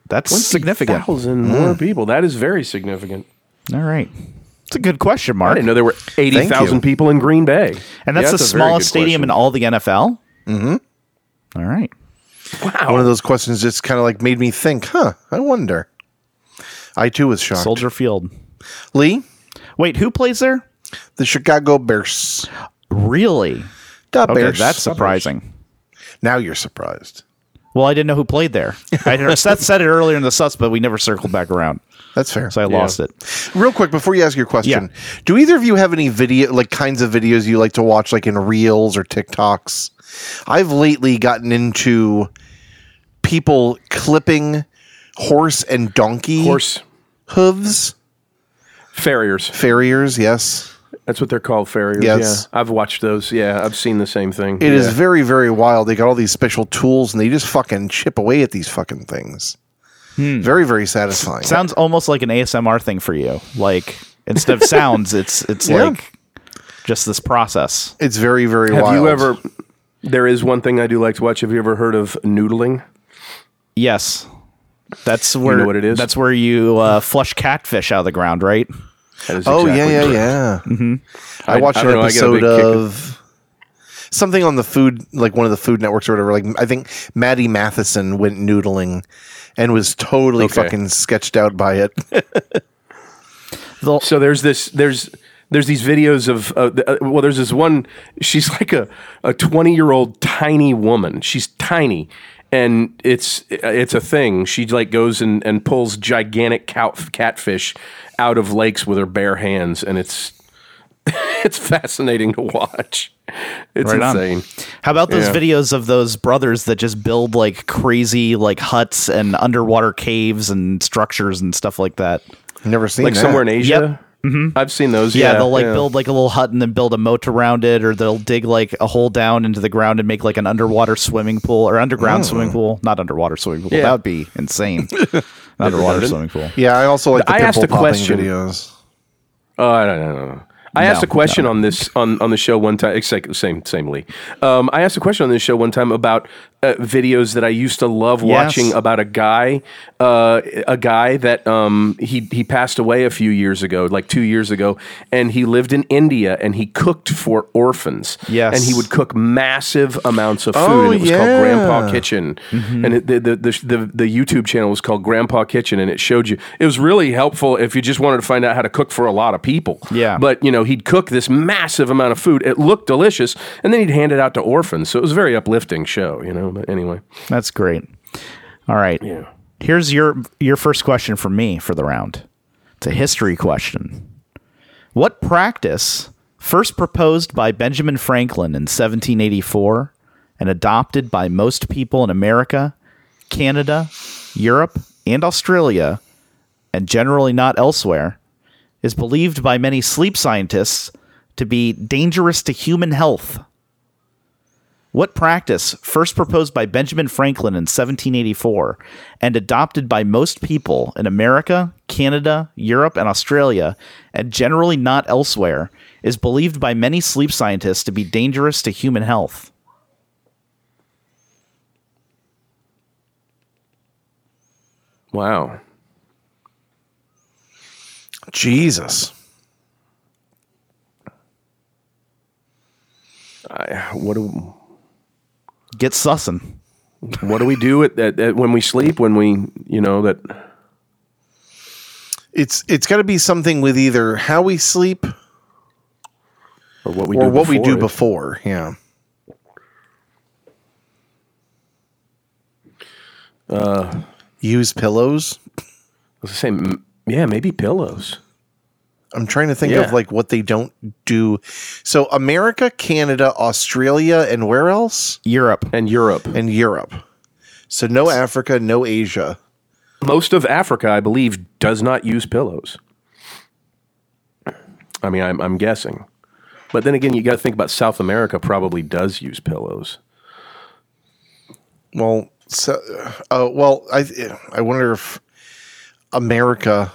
[SPEAKER 1] that's significant.
[SPEAKER 3] Thousand
[SPEAKER 2] Hmm.
[SPEAKER 3] more people. That is very significant.
[SPEAKER 1] All right, it's a good question,
[SPEAKER 3] I
[SPEAKER 1] Mark.
[SPEAKER 3] didn't know there were eighty
[SPEAKER 2] you.
[SPEAKER 3] thousand people in Green Bay,
[SPEAKER 1] And that's
[SPEAKER 3] Yeah,
[SPEAKER 1] the
[SPEAKER 3] a very
[SPEAKER 1] smallest
[SPEAKER 3] good
[SPEAKER 1] stadium in
[SPEAKER 3] question.
[SPEAKER 1] all the NFL. Mm-hmm. All right.
[SPEAKER 2] One of those questions just kind of like made me think. Huh. I wonder. I too was shocked.
[SPEAKER 1] Soldier Field.
[SPEAKER 2] Lee,
[SPEAKER 1] Wait, who plays there?
[SPEAKER 2] the Chicago Bears.
[SPEAKER 1] Really?
[SPEAKER 2] The
[SPEAKER 1] Okay,
[SPEAKER 2] Bears.
[SPEAKER 1] that's surprising.
[SPEAKER 2] Now you're surprised.
[SPEAKER 1] Well, I didn't know who played there. I Seth said it earlier in the sus, but we never circled back around,
[SPEAKER 2] That's fair.
[SPEAKER 1] so I lost it.
[SPEAKER 2] Real quick before you ask your question, do either of you have any video like kinds of videos you like to watch like in reels or TikToks? I've lately gotten into people clipping horse and donkey
[SPEAKER 3] Horse
[SPEAKER 2] hooves,
[SPEAKER 3] farriers.
[SPEAKER 2] farriers, yes.
[SPEAKER 3] That's what they're called, farriers.
[SPEAKER 2] Yes.
[SPEAKER 3] Yeah, I've watched those. Yeah, I've seen the same thing.
[SPEAKER 2] It is very very wild. They got all these special tools and they just fucking chip away at these fucking things.
[SPEAKER 3] Hmm.
[SPEAKER 2] Very very satisfying.
[SPEAKER 1] Sounds almost like an ASMR thing for you. Like instead of sounds, it's it's
[SPEAKER 2] Yeah.
[SPEAKER 1] like just this process.
[SPEAKER 2] it's very very
[SPEAKER 3] Have
[SPEAKER 2] wild.
[SPEAKER 3] you ever? There is one thing I do like to watch. Have you ever heard of noodling?
[SPEAKER 1] Yes. That's where
[SPEAKER 3] what it is?
[SPEAKER 1] That's where you uh, flush catfish out of the ground, right?
[SPEAKER 3] That is
[SPEAKER 2] Oh
[SPEAKER 3] exactly
[SPEAKER 2] yeah, yeah,
[SPEAKER 3] correct.
[SPEAKER 2] yeah. Mm-hmm. I watched
[SPEAKER 3] I
[SPEAKER 2] an
[SPEAKER 3] don't know, I get a
[SPEAKER 2] episode
[SPEAKER 3] big kick of-
[SPEAKER 2] of something on the food, like one of the food networks or whatever. Like I think Maddie Matheson went noodling and was totally
[SPEAKER 3] Okay.
[SPEAKER 2] fucking sketched out by it.
[SPEAKER 1] The,
[SPEAKER 3] So there's this there's there's these videos of uh, the- uh, well there's this one she's like a a 20 year old tiny woman she's tiny and it's it's a thing she like goes and, and pulls gigantic cow, catfish out of lakes with her bare hands and it's it's fascinating to watch it's
[SPEAKER 1] Right on.
[SPEAKER 3] insane
[SPEAKER 1] How about those
[SPEAKER 3] Yeah.
[SPEAKER 1] videos of those brothers that just build like crazy like huts and underwater caves and structures and stuff like that?
[SPEAKER 2] Never seen
[SPEAKER 3] like
[SPEAKER 2] that.
[SPEAKER 3] somewhere in Asia I've seen those
[SPEAKER 1] Yeah,
[SPEAKER 3] yeah,
[SPEAKER 1] they'll like
[SPEAKER 3] yeah.
[SPEAKER 1] build like a little hut and then build a moat around it, or they'll dig like a hole down into the ground and make like an underwater swimming pool or underground swimming pool. Not underwater swimming pool.
[SPEAKER 3] Oh. Yeah.
[SPEAKER 1] That would be insane. An underwater
[SPEAKER 3] it?
[SPEAKER 1] swimming pool.
[SPEAKER 2] Yeah, I also like the
[SPEAKER 3] I asked
[SPEAKER 2] pimple popping
[SPEAKER 3] a question.
[SPEAKER 2] videos.
[SPEAKER 3] Oh, I don't know. I asked a question on this on, on the show one time. Exactly, same same Lee. Um, I asked a question on this show one time about uh, videos that I used to love watching about a guy, uh, a guy that um, he he passed away a few years ago, like two years ago, and he lived in India and he cooked for orphans.
[SPEAKER 1] Yes.
[SPEAKER 3] and he would cook massive amounts of food.
[SPEAKER 2] Oh,
[SPEAKER 3] and it was
[SPEAKER 2] yeah.
[SPEAKER 3] called Grandpa Kitchen,
[SPEAKER 2] Mm-hmm.
[SPEAKER 3] and it, the, the the the the YouTube channel was called Grandpa Kitchen, and it showed you. It was really helpful if you just wanted to find out how to cook for a lot of people.
[SPEAKER 1] Yeah.
[SPEAKER 3] but you know he'd cook this massive amount of food. It looked delicious, and then he'd hand it out to orphans. So it was a very uplifting show, you know. But anyway,
[SPEAKER 1] That's great. All right.
[SPEAKER 3] yeah.
[SPEAKER 1] Here's your your first question for me for the round. It's a history question. What practice, first proposed by Benjamin Franklin in 1784 and adopted by most people in America, Canada, Europe, and Australia, and generally not elsewhere, is believed by many sleep scientists to be dangerous to human health? What practice, first proposed by Benjamin Franklin in 1784 and adopted by most people in America, Canada, Europe, and Australia, and generally not elsewhere, is believed by many sleep scientists to be dangerous to human health?
[SPEAKER 3] Wow.
[SPEAKER 2] Jesus.
[SPEAKER 3] I, what do
[SPEAKER 1] Get sussin'.
[SPEAKER 3] what do we do at, at, at when we sleep? When we, you know, that
[SPEAKER 2] It's it's got to be something with either how we sleep
[SPEAKER 3] or what we
[SPEAKER 2] or
[SPEAKER 3] do
[SPEAKER 2] what we do
[SPEAKER 3] it.
[SPEAKER 2] before. Yeah.
[SPEAKER 3] Uh,
[SPEAKER 2] Use pillows.
[SPEAKER 3] I was gonna say, m- yeah, maybe pillows.
[SPEAKER 2] I'm trying to think
[SPEAKER 3] Yeah.
[SPEAKER 2] of like what they don't do. So America, Canada, Australia, and where else?
[SPEAKER 1] Europe.
[SPEAKER 3] And Europe,
[SPEAKER 2] And Europe. So no Africa, no Asia.
[SPEAKER 3] most of Africa, I believe, does not use pillows. I mean, I'm, I'm guessing, but then again, you got to think about South America. Probably does use pillows.
[SPEAKER 2] Well, so uh, well, I I wonder if America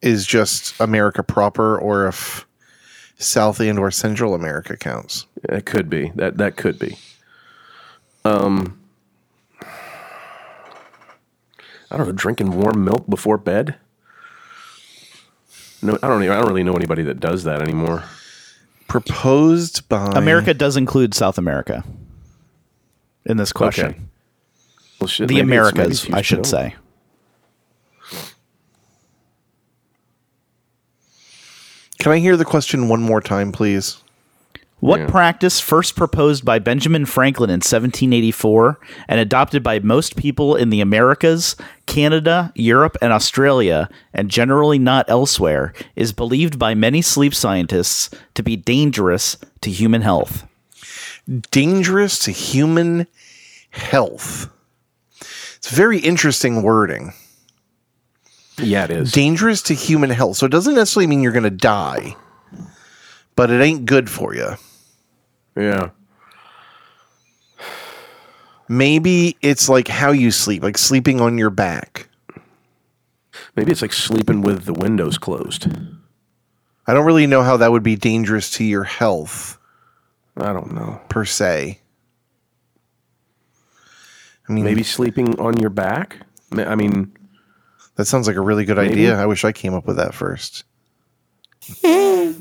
[SPEAKER 2] is just America proper, or if South and or Central America counts.
[SPEAKER 3] It could be that. That could be. Um, I don't know. Drinking warm milk before bed. No, I don't. even- I don't really know anybody that does that anymore.
[SPEAKER 2] Proposed by
[SPEAKER 1] America does include South America in this question.
[SPEAKER 3] Okay. Well, shit,
[SPEAKER 1] The
[SPEAKER 3] maybe it's- maybe
[SPEAKER 1] Americas,
[SPEAKER 3] it's
[SPEAKER 1] I
[SPEAKER 3] used
[SPEAKER 1] should
[SPEAKER 3] pillows.
[SPEAKER 1] say.
[SPEAKER 2] Can I hear the question one more time, please?
[SPEAKER 1] What
[SPEAKER 3] Yeah.
[SPEAKER 1] practice first proposed by Benjamin Franklin in 1784 and adopted by most people in the Americas, Canada, Europe, and Australia, and generally not elsewhere, is believed by many sleep scientists to be dangerous to human health?
[SPEAKER 2] Dangerous to human health. It's very interesting wording.
[SPEAKER 3] Yeah, it is.
[SPEAKER 2] Dangerous to human health. So it doesn't necessarily mean you're going to die, but it ain't good for you.
[SPEAKER 3] yeah.
[SPEAKER 2] Maybe it's like how you sleep, like sleeping on your back.
[SPEAKER 3] Maybe it's like sleeping with the windows closed.
[SPEAKER 2] I don't really know how that would be dangerous to your health
[SPEAKER 3] I don't know.
[SPEAKER 2] per se. I mean,
[SPEAKER 3] Maybe sleeping on your back. Ma- I mean,
[SPEAKER 2] that sounds like a really good idea. I wish I came up with that first.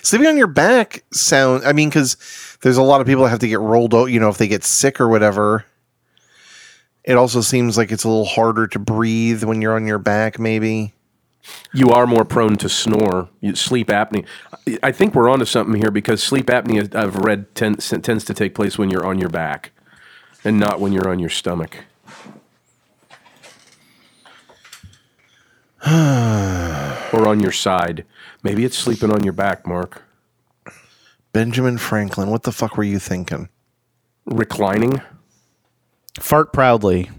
[SPEAKER 2] Sleeping on your back sound. I mean, because there's a lot of people that have to get rolled out. You know, if they get sick or whatever. It also seems like it's a little harder to breathe when you're on your back. Maybe.
[SPEAKER 3] you are more prone to snore, you, sleep apnea. I- I think we're onto something here because sleep apnea, I've read, tends, tends to take place when you're on your back and not when you're on your stomach. or on your side. Maybe it's sleeping on your back, Mark.
[SPEAKER 2] Benjamin Franklin, what the fuck were you thinking?
[SPEAKER 3] Reclining.
[SPEAKER 1] Fart proudly.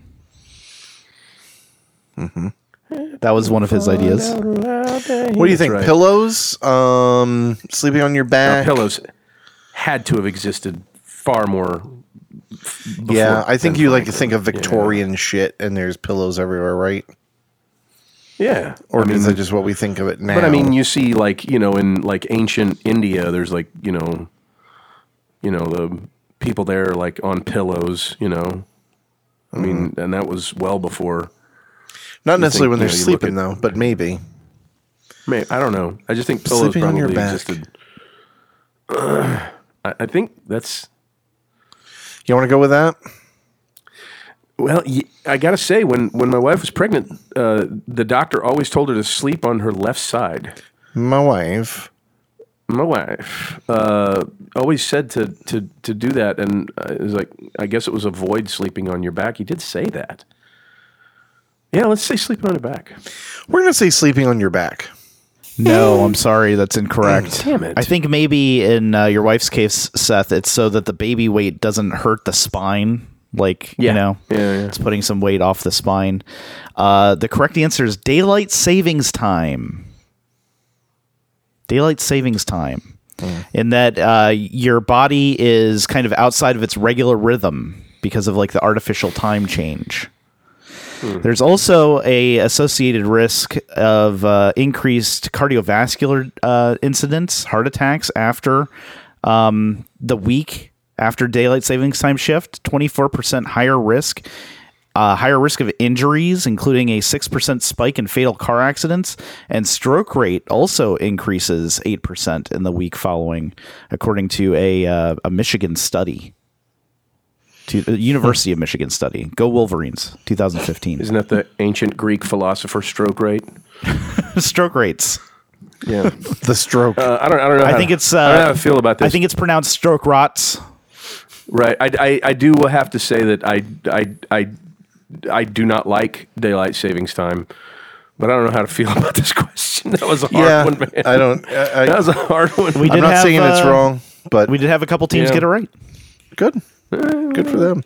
[SPEAKER 1] That was one of his ideas.
[SPEAKER 2] What do you think?
[SPEAKER 3] right.
[SPEAKER 2] Pillows, um, sleeping on your back.
[SPEAKER 3] pillows had to have existed far more.
[SPEAKER 2] yeah,
[SPEAKER 3] before
[SPEAKER 2] I think
[SPEAKER 3] Ben
[SPEAKER 2] you like to
[SPEAKER 3] Franklin.
[SPEAKER 2] think of Victorian shit, and there's pillows everywhere, right?
[SPEAKER 3] Yeah,
[SPEAKER 2] Or
[SPEAKER 3] I mean,
[SPEAKER 2] is that just what we think of it now?
[SPEAKER 3] but I mean, you see, like you know, in like ancient India, there's like you know, you know, the people there are, like on pillows, you know. I mean,
[SPEAKER 2] Mm-hmm.
[SPEAKER 3] and that was well before.
[SPEAKER 2] not necessarily
[SPEAKER 3] think,
[SPEAKER 2] when they're
[SPEAKER 3] you know, you look
[SPEAKER 2] sleeping though, but maybe.
[SPEAKER 3] I, mean, I don't know. I just think pillows
[SPEAKER 2] Sleeping on
[SPEAKER 3] probably
[SPEAKER 2] your back.
[SPEAKER 3] existed. I, I think that's
[SPEAKER 2] You want to go with that?
[SPEAKER 3] Well, y- I gotta say, when when my wife was pregnant, uh, the doctor always told her to sleep on her left side.
[SPEAKER 2] My wife.
[SPEAKER 3] My wife uh, always said to to to do that, and uh, it was like, I guess it was avoid sleeping on your back. He did say that. Yeah, let's say sleeping on your back.
[SPEAKER 2] We're gonna say sleeping on your back.
[SPEAKER 1] No, I'm sorry, that's incorrect.
[SPEAKER 3] Damn it.
[SPEAKER 1] I think maybe in uh, your wife's case, Seth, it's so that the baby weight doesn't hurt the spine. Like
[SPEAKER 3] Yeah.
[SPEAKER 1] you know,
[SPEAKER 3] Yeah, yeah.
[SPEAKER 1] it's putting some weight off the spine. Uh, the correct answer is daylight savings time. Daylight savings time,
[SPEAKER 3] Hmm.
[SPEAKER 1] in that uh, your body is kind of outside of its regular rhythm because of like the artificial time change. There's also a associated risk of uh, increased cardiovascular uh, incidents, heart attacks after um, the week after daylight savings time shift. Twenty four percent higher risk, uh, higher risk of injuries, including a six percent spike in fatal car accidents, and stroke rate also increases eight percent in the week following, according to a uh, a Michigan study. to the University of Michigan study. Go Wolverines, 2015.
[SPEAKER 3] Isn't that the ancient Greek philosopher stroke rate?
[SPEAKER 1] Stroke rates.
[SPEAKER 3] Yeah,
[SPEAKER 2] The stroke.
[SPEAKER 3] uh, I don't. I don't know.
[SPEAKER 1] I
[SPEAKER 3] how-
[SPEAKER 1] think it's.
[SPEAKER 3] I
[SPEAKER 1] Uh,
[SPEAKER 3] don't know how I feel about this.
[SPEAKER 1] I think it's pronounced stroke rots.
[SPEAKER 3] Right. I, I, I do have to say that I, I, I, I do not like daylight savings time, but I don't know how to feel about this question. That was a hard
[SPEAKER 2] yeah,
[SPEAKER 3] one, man.
[SPEAKER 2] I don't. I,
[SPEAKER 3] that
[SPEAKER 2] I,
[SPEAKER 3] was a hard one.
[SPEAKER 1] We
[SPEAKER 2] I'm
[SPEAKER 1] did
[SPEAKER 2] not
[SPEAKER 1] have,
[SPEAKER 2] saying it's
[SPEAKER 1] uh,
[SPEAKER 2] wrong, but
[SPEAKER 1] We did have a couple teams
[SPEAKER 3] Yeah.
[SPEAKER 1] get it right.
[SPEAKER 2] good, good for them.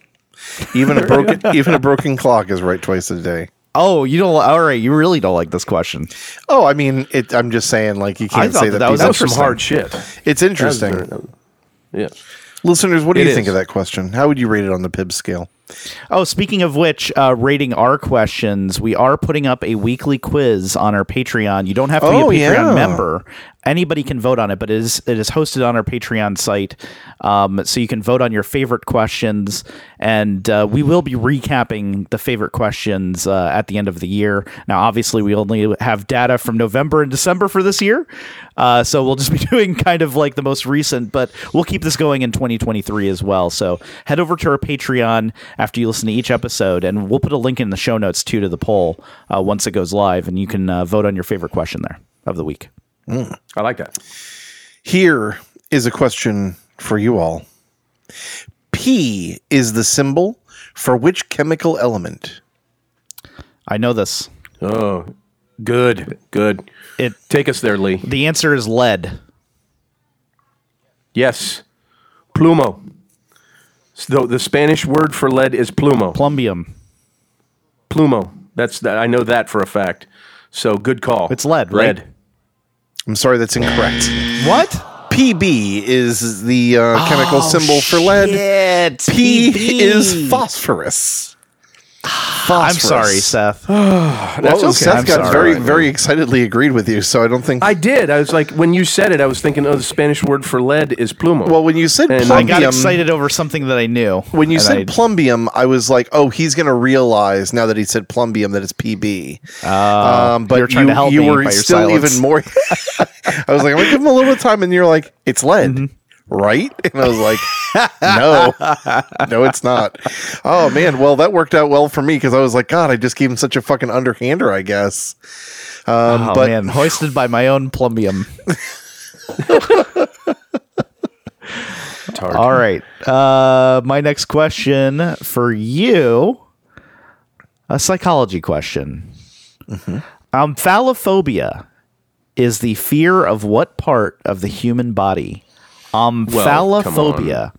[SPEAKER 2] Even a broken, even a broken clock is right twice a day.
[SPEAKER 1] Oh, you don't. All right, you really don't like this question.
[SPEAKER 2] Oh, I mean, it, I'm just saying, like you can't
[SPEAKER 1] thought
[SPEAKER 2] say
[SPEAKER 1] that
[SPEAKER 2] that.
[SPEAKER 1] that was
[SPEAKER 3] that
[SPEAKER 2] people-
[SPEAKER 3] was some hard shit.
[SPEAKER 2] It's
[SPEAKER 3] That was
[SPEAKER 2] interesting,
[SPEAKER 3] very- that was- Yeah.
[SPEAKER 2] listeners. What do
[SPEAKER 3] It
[SPEAKER 2] you
[SPEAKER 3] is.
[SPEAKER 2] think of that question? How would you rate it on the PIB scale?
[SPEAKER 1] Oh, speaking of which, uh, rating our questions, we are putting up a weekly quiz on our Patreon. You don't have to
[SPEAKER 2] Oh,
[SPEAKER 1] be a Patreon
[SPEAKER 2] yeah.
[SPEAKER 1] member; anybody can vote on it. But it is it is hosted on our Patreon site, um, so you can vote on your favorite questions. And uh, we will be recapping the favorite questions uh, at the end of the year. Now, obviously, we only have data from November and December for this year, uh, so we'll just be doing kind of like the most recent. But we'll keep this going in 2023 as well. So head over to our Patreon after you listen to each episode, and we'll put a link in the show notes too to the poll uh, once it goes live, and you can uh, vote on your favorite question there of the week.
[SPEAKER 3] I like that.
[SPEAKER 2] Here is a question for you all. P is the symbol for which chemical element?
[SPEAKER 1] I know this.
[SPEAKER 3] Oh, good. Good.
[SPEAKER 1] It
[SPEAKER 3] Take us there, Lee.
[SPEAKER 1] the answer is lead.
[SPEAKER 3] Yes. Plumo. So the Spanish word for lead is plumo.
[SPEAKER 1] Plumbium.
[SPEAKER 3] Plumo. That's that. I know that for a fact. So good call.
[SPEAKER 1] It's lead, right?
[SPEAKER 3] Lead.
[SPEAKER 2] I'm sorry, that's incorrect.
[SPEAKER 1] What?
[SPEAKER 2] PB is the uh, chemical symbol for lead.
[SPEAKER 1] Oh, Shit.
[SPEAKER 2] P
[SPEAKER 1] PB.
[SPEAKER 2] is phosphorus.
[SPEAKER 1] I'm
[SPEAKER 2] phosphorus.
[SPEAKER 1] sorry, Seth.
[SPEAKER 2] Well,
[SPEAKER 3] That's okay.
[SPEAKER 2] Seth
[SPEAKER 1] I'm
[SPEAKER 2] got
[SPEAKER 1] sorry.
[SPEAKER 2] very, very excitedly agreed with you, so I don't think.
[SPEAKER 3] I did. I was like, when you said it, I was thinking, oh, the Spanish word for lead is plumo.
[SPEAKER 2] well, when you said
[SPEAKER 3] And
[SPEAKER 1] I got
[SPEAKER 2] plumbium,
[SPEAKER 1] excited over something that I knew.
[SPEAKER 2] when you
[SPEAKER 1] and
[SPEAKER 2] said
[SPEAKER 1] I-
[SPEAKER 2] plumbium, I was like, oh, he's going to realize now that he said plumbium that it's PB. um, but
[SPEAKER 1] you were Ah, trying to help
[SPEAKER 2] you
[SPEAKER 1] me
[SPEAKER 2] were
[SPEAKER 1] by your
[SPEAKER 2] still
[SPEAKER 1] silence.
[SPEAKER 2] even more. I was like, I'm going to give him a little bit of time, and you're like, it's lead,
[SPEAKER 1] Mm-hmm.
[SPEAKER 2] right? And I was like, no, no, it's not. Oh man, well that worked out well for me because I was like, God, I just gave him such a fucking underhander, I guess. Um,
[SPEAKER 1] oh
[SPEAKER 2] but
[SPEAKER 1] man, hoisted by my own plumbium.
[SPEAKER 3] Tart.
[SPEAKER 1] All right. Uh, my next question for you a psychology question. Um, phalophobia is the fear of what part of the human body? Um,
[SPEAKER 3] Well, come on.
[SPEAKER 1] phalophobia.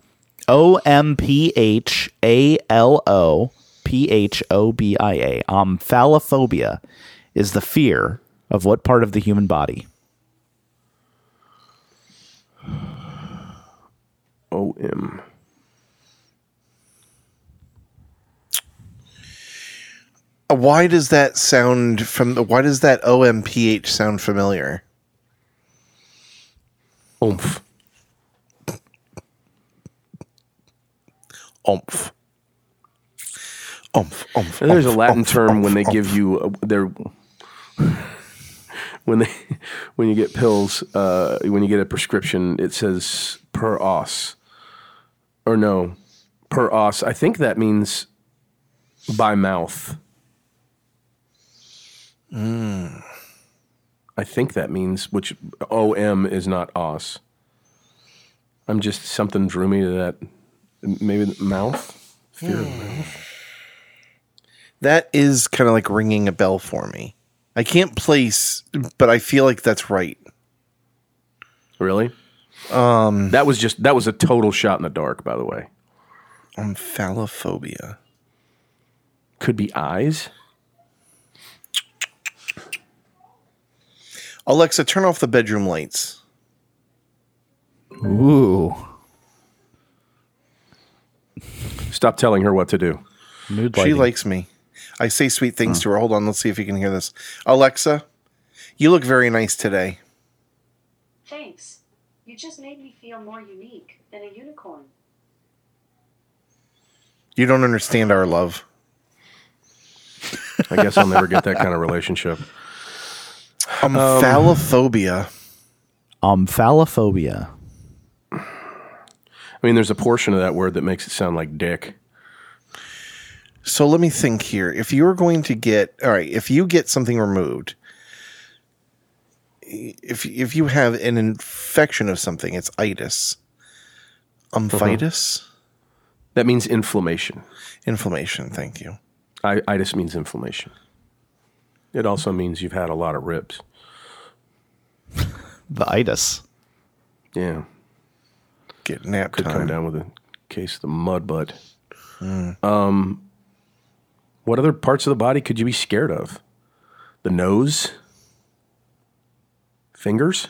[SPEAKER 1] O M P H A L O P H O B I A. Um, phalophobia is the fear of what part of the human body?
[SPEAKER 3] O M.
[SPEAKER 2] Uh, why does that sound from? Why does that OMPH sound familiar?
[SPEAKER 3] Oomph.
[SPEAKER 2] Oomph. Oomph. Oomph.
[SPEAKER 3] And there's a
[SPEAKER 2] oomph,
[SPEAKER 3] Latin
[SPEAKER 2] oomph,
[SPEAKER 3] term when
[SPEAKER 2] oomph,
[SPEAKER 3] they
[SPEAKER 2] oomph.
[SPEAKER 3] give you uh, their when they when you get pills uh, when you get a prescription it says per os or no per os I think that means by mouth. I think that means which om is not os. I'm just something drew me to that. Maybe the mouth. Fear of mouth.
[SPEAKER 2] That is kind of like ringing a bell for me. I can't place, but I feel like that's right.
[SPEAKER 3] Really? Um, that was just that was a total shot in the dark. By the way,
[SPEAKER 2] Omphalophobia.
[SPEAKER 3] could be eyes.
[SPEAKER 2] Alexa, turn off the bedroom lights.
[SPEAKER 1] Ooh.
[SPEAKER 3] Stop telling her what to do.
[SPEAKER 1] Mood
[SPEAKER 2] She
[SPEAKER 1] lighting.
[SPEAKER 2] likes me. I say sweet things to her. Hold on, let's see if you can hear this. Alexa, you look very nice today.
[SPEAKER 4] Thanks. You just made me feel more unique than a unicorn.
[SPEAKER 2] You don't understand our love.
[SPEAKER 3] I guess I'll never get that kind of relationship.
[SPEAKER 2] Um, Omphalophobia.
[SPEAKER 1] um, phalophobia.
[SPEAKER 3] I mean, there's a portion of that word that makes it sound like dick.
[SPEAKER 2] So let me think here. If you're going to get all right, if you get something removed, if if you have an infection of something, it's itis,
[SPEAKER 3] Uh-huh.
[SPEAKER 2] umphitis,
[SPEAKER 3] That means inflammation.
[SPEAKER 2] inflammation. Thank you.
[SPEAKER 3] I, itis means inflammation. It also means you've had a lot of ribs.
[SPEAKER 1] The itis.
[SPEAKER 3] Yeah.
[SPEAKER 2] Get nap
[SPEAKER 3] Could come
[SPEAKER 2] time.
[SPEAKER 3] down with a case of the mud butt. Um,
[SPEAKER 2] Hmm.
[SPEAKER 3] what other parts of the body could you be scared of? The nose? Fingers?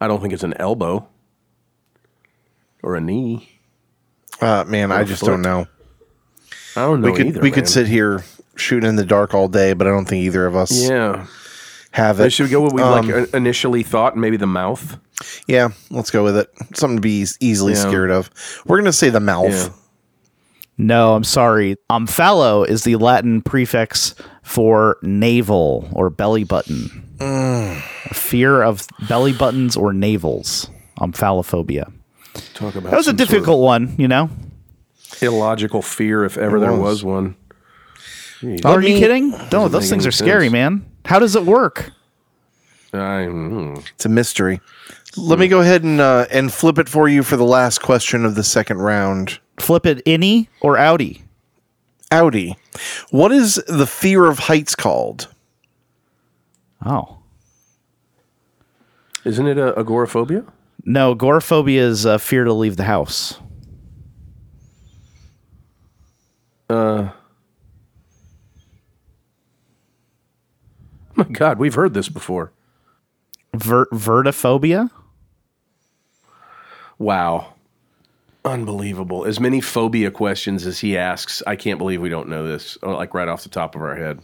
[SPEAKER 3] I don't think it's an elbow or a knee.
[SPEAKER 2] Uh, man, I just don't
[SPEAKER 3] foot.
[SPEAKER 2] know.
[SPEAKER 3] I don't know
[SPEAKER 2] we could
[SPEAKER 3] either.
[SPEAKER 2] we
[SPEAKER 3] man.
[SPEAKER 2] could sit here shooting in the dark all day, but I don't think either of us
[SPEAKER 3] Yeah.
[SPEAKER 2] have
[SPEAKER 3] Uh,
[SPEAKER 2] it.
[SPEAKER 3] Should we go with we
[SPEAKER 2] Um,
[SPEAKER 3] like uh, initially thought maybe the mouth?
[SPEAKER 2] Yeah, let's go with it. Something to be eas- easily
[SPEAKER 3] Yeah.
[SPEAKER 2] scared of. We're gonna say the mouth.
[SPEAKER 3] Yeah.
[SPEAKER 1] No, I'm sorry. Omphallo is the Latin prefix for navel or belly button.
[SPEAKER 3] Mm.
[SPEAKER 1] Fear of belly buttons or navels. Omphalophobia.
[SPEAKER 3] Talk about
[SPEAKER 1] That was a difficult one, you know?
[SPEAKER 3] illogical fear if ever there was one.
[SPEAKER 1] Are
[SPEAKER 2] Let
[SPEAKER 1] you
[SPEAKER 2] me-
[SPEAKER 1] kidding? No,
[SPEAKER 3] make
[SPEAKER 1] those things
[SPEAKER 3] any
[SPEAKER 1] are scary,
[SPEAKER 3] sense.
[SPEAKER 1] man. How does it work?
[SPEAKER 3] I, mm,
[SPEAKER 2] It's a mystery. Let me go ahead and uh, and flip it for you for the last question of the second round.
[SPEAKER 1] Flip it innie or outie?
[SPEAKER 2] Audi, what is the fear of heights called?
[SPEAKER 1] Oh.
[SPEAKER 3] isn't it a agoraphobia?
[SPEAKER 1] No, agoraphobia is uh, fear to leave the house.
[SPEAKER 3] My God, we've heard this before.
[SPEAKER 1] Ver- vertophobia?
[SPEAKER 3] Wow. Unbelievable. As many phobia questions as he asks, I can't believe we don't know this, oh, like right off the top of our head.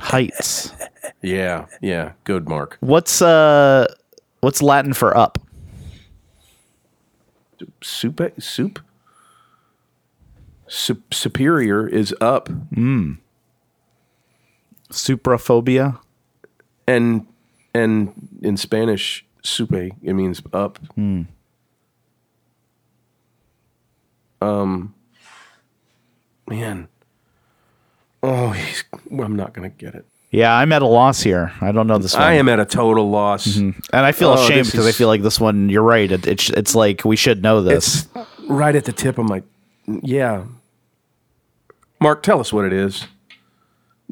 [SPEAKER 1] Heights.
[SPEAKER 3] Yeah, yeah. Good, Mark.
[SPEAKER 1] What's uh what's Latin for up?
[SPEAKER 3] Soup? Soup? Sup superior is up.
[SPEAKER 1] Supraphobia?
[SPEAKER 3] And and in Spanish, supe, it means up. Um Um, man. Oh, he's, I'm not going to get it.
[SPEAKER 1] Yeah, I'm at a loss here. I don't know this one.
[SPEAKER 3] I am at a total loss.
[SPEAKER 1] and I feel
[SPEAKER 3] Oh,
[SPEAKER 1] ashamed
[SPEAKER 3] this
[SPEAKER 1] because I
[SPEAKER 3] is-
[SPEAKER 1] feel like this one. You're right. It, it's it's like we should know this.
[SPEAKER 3] It's right at the tip of my yeah. Mark, tell us what it is.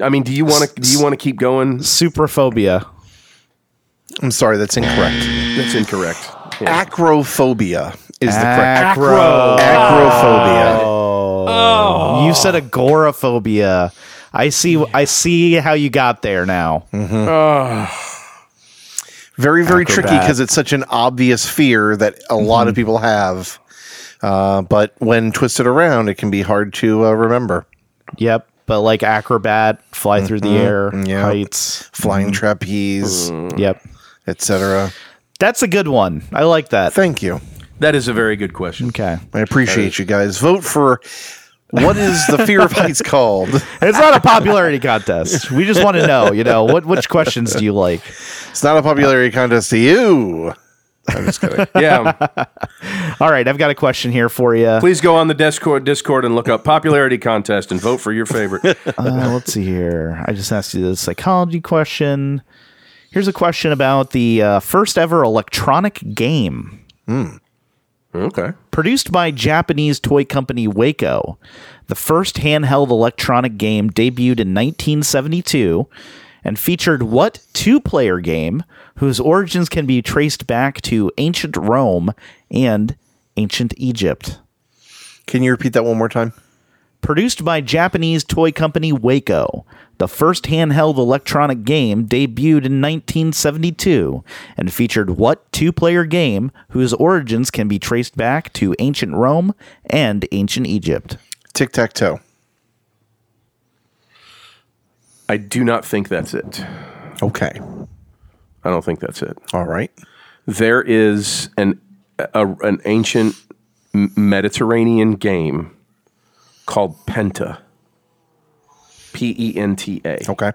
[SPEAKER 3] I mean, do you want to do you want to keep going?
[SPEAKER 1] Supraphobia.
[SPEAKER 2] I'm sorry, that's incorrect.
[SPEAKER 3] That's incorrect. Yeah.
[SPEAKER 2] Acrophobia is the correct.
[SPEAKER 1] Acro.
[SPEAKER 2] Acrophobia.
[SPEAKER 1] You said agoraphobia. I see. I see how you got there now.
[SPEAKER 3] Mm.
[SPEAKER 2] Very very tricky
[SPEAKER 1] Acrobat.
[SPEAKER 2] because it's such an obvious fear that a lot of people have. Uh, but when twisted around, it can be hard to uh, remember.
[SPEAKER 1] Yep. But like acrobat, fly through the air,
[SPEAKER 3] Mm-hmm.
[SPEAKER 2] Yep.
[SPEAKER 1] heights.
[SPEAKER 2] Flying trapeze,
[SPEAKER 1] Yep.
[SPEAKER 2] etc.
[SPEAKER 1] That's a good one. I like that.
[SPEAKER 2] Thank you.
[SPEAKER 3] That is a very good question.
[SPEAKER 1] Okay.
[SPEAKER 2] I appreciate you guys. Vote for what is the fear of heights called?
[SPEAKER 1] It's not a popularity contest. We just want to know, you know, what which questions do you like?
[SPEAKER 2] It's not a popularity contest to you. I'm just kidding.
[SPEAKER 3] Yeah,
[SPEAKER 1] All right, I've got a question here for you.
[SPEAKER 3] please go on the Discord Discord and look up popularity contest and vote for your favorite.
[SPEAKER 1] Uh, let's see here. I just asked you the psychology question. Here's a question about the uh, first ever electronic game
[SPEAKER 3] Okay,
[SPEAKER 1] produced by Japanese toy company Waco. The first handheld electronic game debuted in 1972 and featured what two player game whose origins can be traced back to ancient Rome and ancient Egypt?
[SPEAKER 2] Can you repeat that one more time?
[SPEAKER 1] Produced by Japanese toy company Waco, the first handheld electronic game debuted in 1972 and featured what two player game whose origins can be traced back to ancient Rome and ancient Egypt?
[SPEAKER 2] Tic tac toe.
[SPEAKER 3] I do not think that's it.
[SPEAKER 2] Okay.
[SPEAKER 3] I don't think that's it.
[SPEAKER 2] All right.
[SPEAKER 3] There is an a, an ancient M- Mediterranean game called Penta. P E N T A.
[SPEAKER 2] Okay.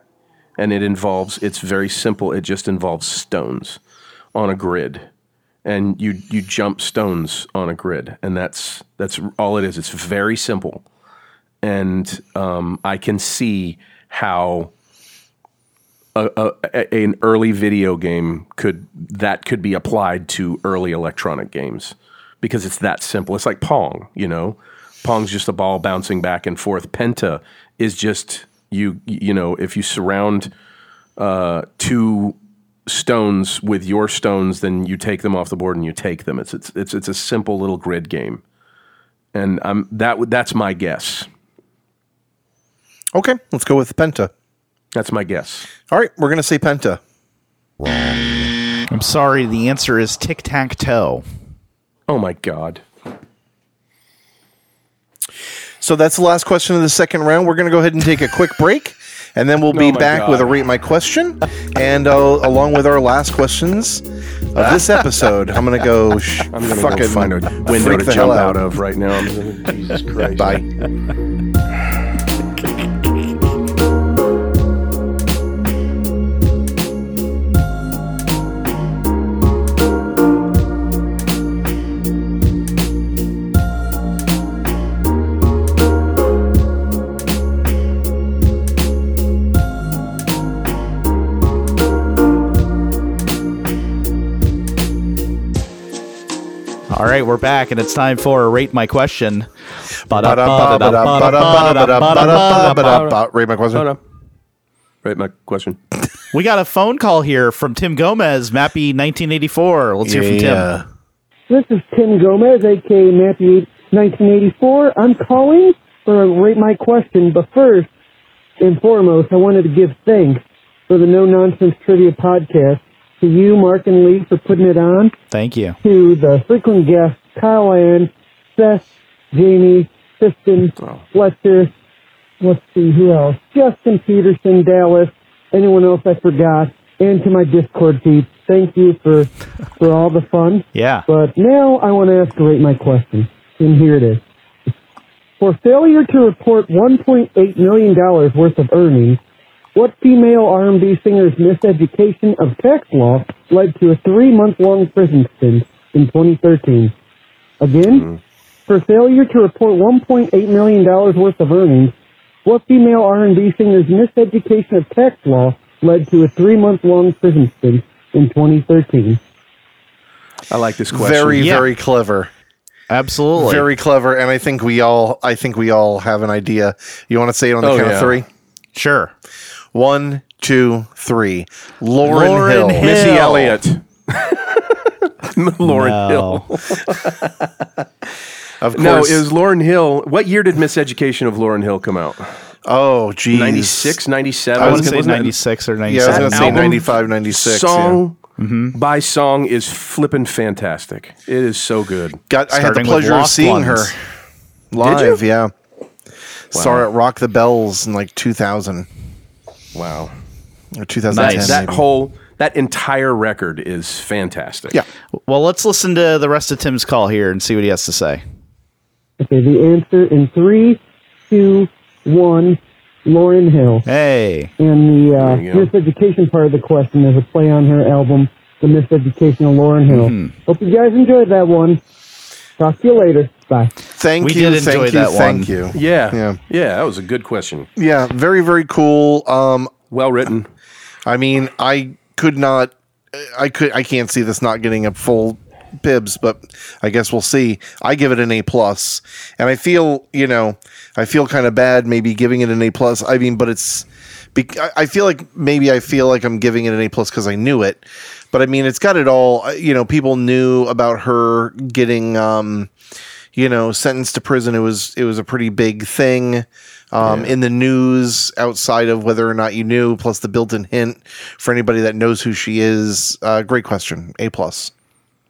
[SPEAKER 3] and it involves it's very simple it just involves stones on a grid and you you jump stones on a grid, and that's that's all it is. It's very simple, and um, I can see how a, a- a- an early video game could that could be applied to early electronic games because it's that simple. It's like Pong, you know. Pong's just a ball bouncing back and forth. Penta is just you you know if you surround uh, two stones with your stones, then you take them off the board and you take them. It's it's it's, it's a simple little grid game, and I'm that w- that's my guess.
[SPEAKER 2] Okay, let's go with Penta.
[SPEAKER 3] That's my guess.
[SPEAKER 2] All right, we're gonna say Penta.
[SPEAKER 1] I'm sorry, the answer is tic tac toe.
[SPEAKER 3] Oh my god.
[SPEAKER 2] So that's the last question of the second round. We're gonna go ahead and take a quick break, and then we'll be
[SPEAKER 3] Oh my
[SPEAKER 2] back
[SPEAKER 3] God.
[SPEAKER 2] with a rate my question, and uh, along with our last questions of this episode. I'm gonna go. Sh-
[SPEAKER 3] I'm gonna
[SPEAKER 2] fucking
[SPEAKER 3] go find a window
[SPEAKER 2] freak
[SPEAKER 3] to
[SPEAKER 2] the hell
[SPEAKER 3] jump out of right now. I'm- Jesus Christ.
[SPEAKER 2] Bye.
[SPEAKER 1] All right, we're back, and it's time for rate my question.
[SPEAKER 2] Rate my
[SPEAKER 3] Hold
[SPEAKER 2] question.
[SPEAKER 3] on. Right, my question.
[SPEAKER 1] We got a phone call here from Tim Gomez, Mappy 1984. Let's hear from Tim.
[SPEAKER 2] Yeah.
[SPEAKER 5] This is Tim Gomez, aka Matthew 1984. I'm calling for a rate my question, but first and foremost, I wanted to give thanks for the No Nonsense Trivia podcast to you, Mark and Lee, for putting it on,
[SPEAKER 1] Thank you.
[SPEAKER 5] to the frequent guests Kyle Ann, Seth, Jamie, Kristen, Fletcher, let's see who else, Justin Peterson, Dallas, anyone else I forgot, and to my Discord feed. Thank you for for all the fun.
[SPEAKER 1] Yeah.
[SPEAKER 5] But now I want to escalate my question, and here it is. For failure to report $1.8 million worth of earnings, what female R&B singer's miseducation of tax law led to a three-month-long prison stint in 2013? Again, for failure to report $1.8 million worth of earnings, what female R&B singer's miseducation of tax law led to a three-month-long prison stint in 2013?
[SPEAKER 3] I like this question.
[SPEAKER 2] Very,
[SPEAKER 1] Yeah.
[SPEAKER 2] very clever.
[SPEAKER 1] Absolutely.
[SPEAKER 2] Very clever, and I think we all, I think we all have an idea. You want to say it on the
[SPEAKER 3] Oh,
[SPEAKER 2] count
[SPEAKER 3] yeah.
[SPEAKER 2] of three?
[SPEAKER 1] sure.
[SPEAKER 2] One, two, three. Lauren,
[SPEAKER 1] Lauryn
[SPEAKER 2] Hill.
[SPEAKER 1] Hill.
[SPEAKER 3] Missy
[SPEAKER 1] Hill.
[SPEAKER 3] Elliott. Lauren
[SPEAKER 1] No.
[SPEAKER 3] Hill.
[SPEAKER 2] Of
[SPEAKER 3] No,
[SPEAKER 2] course.
[SPEAKER 3] it was Lauren Hill. What year did Miseducation of Lauren Hill come out?
[SPEAKER 2] oh, geez.
[SPEAKER 3] 96, 97?
[SPEAKER 1] I
[SPEAKER 2] I
[SPEAKER 1] want
[SPEAKER 2] was
[SPEAKER 1] to say
[SPEAKER 2] gonna-
[SPEAKER 1] 96 or
[SPEAKER 2] Yeah, I
[SPEAKER 1] 97.
[SPEAKER 2] was going to say
[SPEAKER 3] album,
[SPEAKER 2] 95, 96. yeah.
[SPEAKER 3] Song
[SPEAKER 2] Mm-hmm.
[SPEAKER 3] by song is flippin' fantastic. It is so good.
[SPEAKER 2] Got, I had
[SPEAKER 1] Starting
[SPEAKER 2] the
[SPEAKER 1] with
[SPEAKER 2] pleasure of
[SPEAKER 1] Lost
[SPEAKER 2] seeing
[SPEAKER 1] Ones.
[SPEAKER 2] her live. Yeah. Saw her at Rock the Bells in like 2000
[SPEAKER 3] Wow.
[SPEAKER 2] or 2010.
[SPEAKER 1] Nice.
[SPEAKER 3] That
[SPEAKER 2] maybe.
[SPEAKER 3] whole, that entire record is fantastic.
[SPEAKER 2] yeah.
[SPEAKER 1] Well, let's listen to the rest of Tim's call here and see what he has to say.
[SPEAKER 5] Okay, the answer in three, two, one, Lauren Hill.
[SPEAKER 1] Hey.
[SPEAKER 5] And the uh,
[SPEAKER 3] There you go.
[SPEAKER 5] miseducation part of the question is a play on her album, The Miseducation of Lauren Hill.
[SPEAKER 3] Mm-hmm.
[SPEAKER 5] Hope you guys enjoyed that one. Talk to you later. Bye.
[SPEAKER 2] Thank
[SPEAKER 1] We
[SPEAKER 2] you.
[SPEAKER 1] did
[SPEAKER 2] thank
[SPEAKER 1] enjoy
[SPEAKER 2] you.
[SPEAKER 1] that one.
[SPEAKER 2] thank you.
[SPEAKER 3] Yeah.
[SPEAKER 2] Yeah.
[SPEAKER 3] Yeah. That was a good question.
[SPEAKER 2] Yeah. Very, very cool. Um,
[SPEAKER 3] Well written.
[SPEAKER 2] I mean, I could not. I could. I can't see this not getting a full bibs, but I guess we'll see. I give it an A plus, and I feel you know, I feel kind of bad maybe giving it an A plus. I mean, but it's. Be- I- I feel like maybe I feel like I'm giving it an A plus because I knew it, but I mean, it's got it all. You know, people knew about her getting. um you know, sentenced to prison. It was it was a pretty big thing um, in the news outside of whether or not you knew. Plus the built-in hint for anybody that knows who she is. Uh, great question. A plus.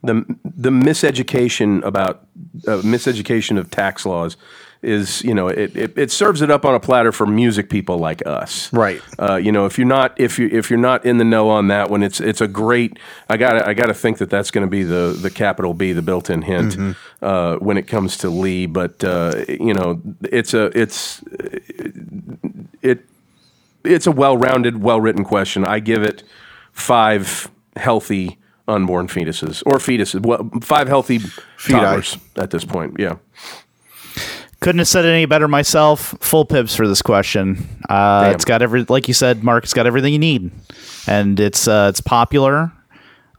[SPEAKER 3] the the miseducation about uh, miseducation of tax laws is you know it, it it serves it up on a platter for music people like us
[SPEAKER 2] Right.
[SPEAKER 3] uh, you know if you're not if you if you're not in the know on that one it's it's a great I got I got to think that that's going to be the the capital B the built-in hint uh, when it comes to Lee but uh, you know it's a it's it it's a well-rounded, well-written question. I give it five healthy unborn fetuses or fetuses. Well, five healthy toddlers at this point. Yeah.
[SPEAKER 1] Couldn't have said it any better myself. Full pips for this question. Uh,
[SPEAKER 3] Damn.
[SPEAKER 1] it's got every, like you said, Mark. It's got everything you need, and it's uh, it's popular.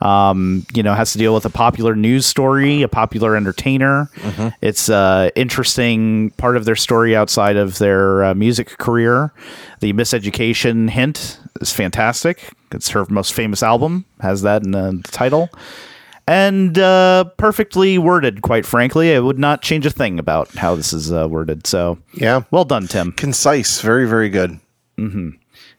[SPEAKER 1] Um, you know, has to deal with a popular news story, a popular entertainer. It's uh, interesting part of their story outside of their uh, music career. The Miseducation hint is fantastic. It's her most famous album. Has that in uh, the title. and uh, perfectly worded. Quite frankly, I would not change a thing about how this is uh, worded. So,
[SPEAKER 2] Yeah.
[SPEAKER 1] well done, Tim.
[SPEAKER 2] Concise. Very, very good.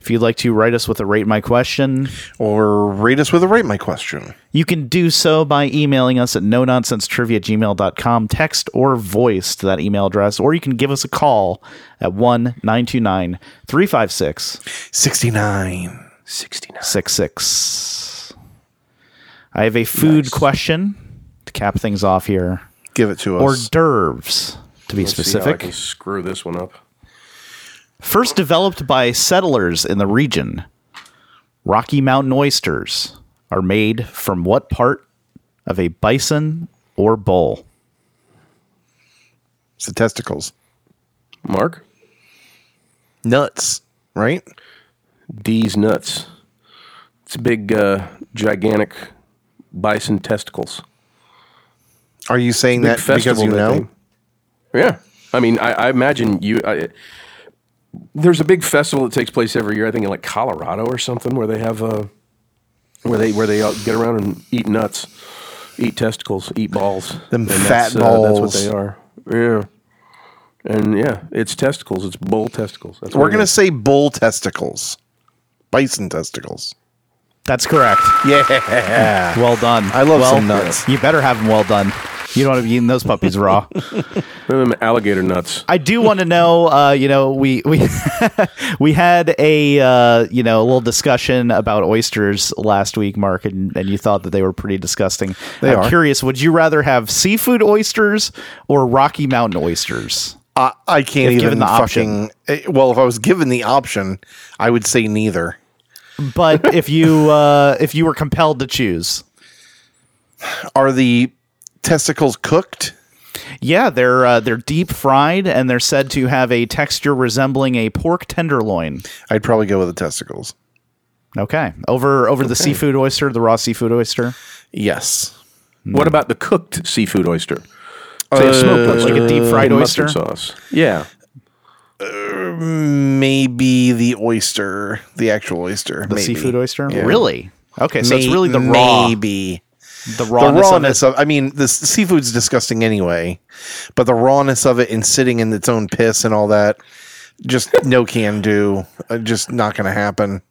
[SPEAKER 1] If you'd like to write us with a rate my question,
[SPEAKER 2] Or rate us with a rate my question.
[SPEAKER 1] you can do so by emailing us at no nonsense trivia gmail.com, text or voice to that email address, or you can give us a call at 1 929 356
[SPEAKER 2] 69.
[SPEAKER 3] 69.
[SPEAKER 1] Six six. I have a food question to cap things off here.
[SPEAKER 2] Give it to
[SPEAKER 1] Hors
[SPEAKER 2] us.
[SPEAKER 1] d'oeuvres, to be
[SPEAKER 3] See how I
[SPEAKER 1] specific.
[SPEAKER 3] can screw this one up.
[SPEAKER 1] First developed by settlers in the region, Rocky Mountain oysters are made from what part of a bison or bull?
[SPEAKER 2] It's the testicles.
[SPEAKER 3] Mark?
[SPEAKER 2] Nuts. Right?
[SPEAKER 3] D's nuts. It's a big, uh, gigantic bison testicles.
[SPEAKER 2] Are you saying
[SPEAKER 3] Big
[SPEAKER 2] that because you
[SPEAKER 3] that
[SPEAKER 2] know?
[SPEAKER 3] they- Yeah, I mean, I, I imagine you. I, there's a big festival that takes place every year. I think in like Colorado or something, where they have uh, where they where they all get around and eat nuts, eat testicles, eat balls.
[SPEAKER 2] Them
[SPEAKER 3] And
[SPEAKER 2] fat
[SPEAKER 3] that's, uh, that's what
[SPEAKER 2] balls.
[SPEAKER 3] they are. Yeah, and yeah, it's testicles. It's bull testicles. That's
[SPEAKER 2] We're
[SPEAKER 3] what it
[SPEAKER 2] going to
[SPEAKER 3] is.
[SPEAKER 2] say bull testicles, bison testicles.
[SPEAKER 1] That's correct.
[SPEAKER 2] Yeah.
[SPEAKER 1] Well done.
[SPEAKER 2] I love
[SPEAKER 1] well,
[SPEAKER 2] some nuts.
[SPEAKER 1] You better have them well done. You don't want to be eating those puppies raw.
[SPEAKER 3] Them alligator nuts.
[SPEAKER 1] I do want to know. Uh, you know, we we we had a uh, you know a little discussion about oysters last week, Mark, and, and you thought that they were pretty disgusting.
[SPEAKER 2] They
[SPEAKER 1] I'm
[SPEAKER 2] are.
[SPEAKER 1] curious. Would you rather have seafood oysters or Rocky Mountain oysters?
[SPEAKER 2] I, I can't
[SPEAKER 1] If
[SPEAKER 2] even
[SPEAKER 1] given the
[SPEAKER 2] fucking. eh, Well, if I was given the option, I would say neither.
[SPEAKER 1] But if you uh, if you were compelled to choose,
[SPEAKER 2] Are the testicles cooked?
[SPEAKER 1] yeah, they're uh, they're deep fried and they're said to have a texture resembling a pork tenderloin.
[SPEAKER 2] I'd probably go with the testicles.
[SPEAKER 1] Okay, over over the seafood oyster, the raw seafood oyster,
[SPEAKER 2] Yes.
[SPEAKER 1] Mm.
[SPEAKER 3] What about the cooked seafood oyster? Say a smoked oyster.
[SPEAKER 1] Uh, like a deep fried
[SPEAKER 3] and
[SPEAKER 1] oyster.
[SPEAKER 3] mustard sauce. Yeah,
[SPEAKER 2] Maybe the oyster, the actual oyster.
[SPEAKER 1] the
[SPEAKER 2] maybe.
[SPEAKER 1] seafood oyster.
[SPEAKER 2] Yeah.
[SPEAKER 1] Really? Okay, so it's
[SPEAKER 2] May-
[SPEAKER 1] really the raw,
[SPEAKER 2] Maybe.
[SPEAKER 1] the
[SPEAKER 2] The
[SPEAKER 1] rawness,
[SPEAKER 2] rawness
[SPEAKER 1] of
[SPEAKER 2] of, I mean, the s- seafood's disgusting anyway, but the rawness of it and sitting in its own piss and all that, just no can do. Uh, just not going to happen.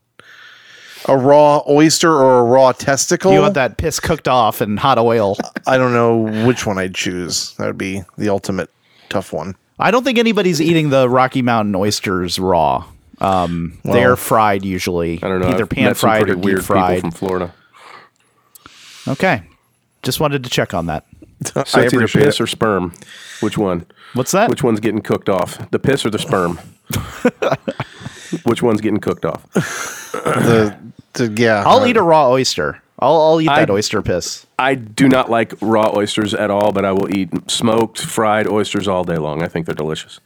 [SPEAKER 2] A raw oyster or a raw testicle?
[SPEAKER 1] it. You want that piss cooked off in hot oil?
[SPEAKER 2] I don't know which one I'd choose. That would be the ultimate tough one.
[SPEAKER 1] I don't think anybody's eating the Rocky Mountain oysters raw. Um, they're fried usually.
[SPEAKER 3] I don't know.
[SPEAKER 1] Either
[SPEAKER 3] I've
[SPEAKER 1] pan
[SPEAKER 3] met some
[SPEAKER 1] fried
[SPEAKER 3] pretty
[SPEAKER 1] or deep fried.
[SPEAKER 3] people from Florida.
[SPEAKER 1] okay, just wanted to check on that.
[SPEAKER 3] So it's either
[SPEAKER 2] appreciate
[SPEAKER 3] piss or sperm. Which one?
[SPEAKER 1] What's that?
[SPEAKER 3] Which one's getting cooked off? The piss or the sperm? Which one's getting cooked off?
[SPEAKER 2] The, the yeah.
[SPEAKER 1] I'll eat a raw oyster. I'll, I'll eat that
[SPEAKER 3] I-
[SPEAKER 1] oyster piss.
[SPEAKER 3] I do not like raw oysters at all, but I will eat smoked, fried oysters all day long. I think they're delicious.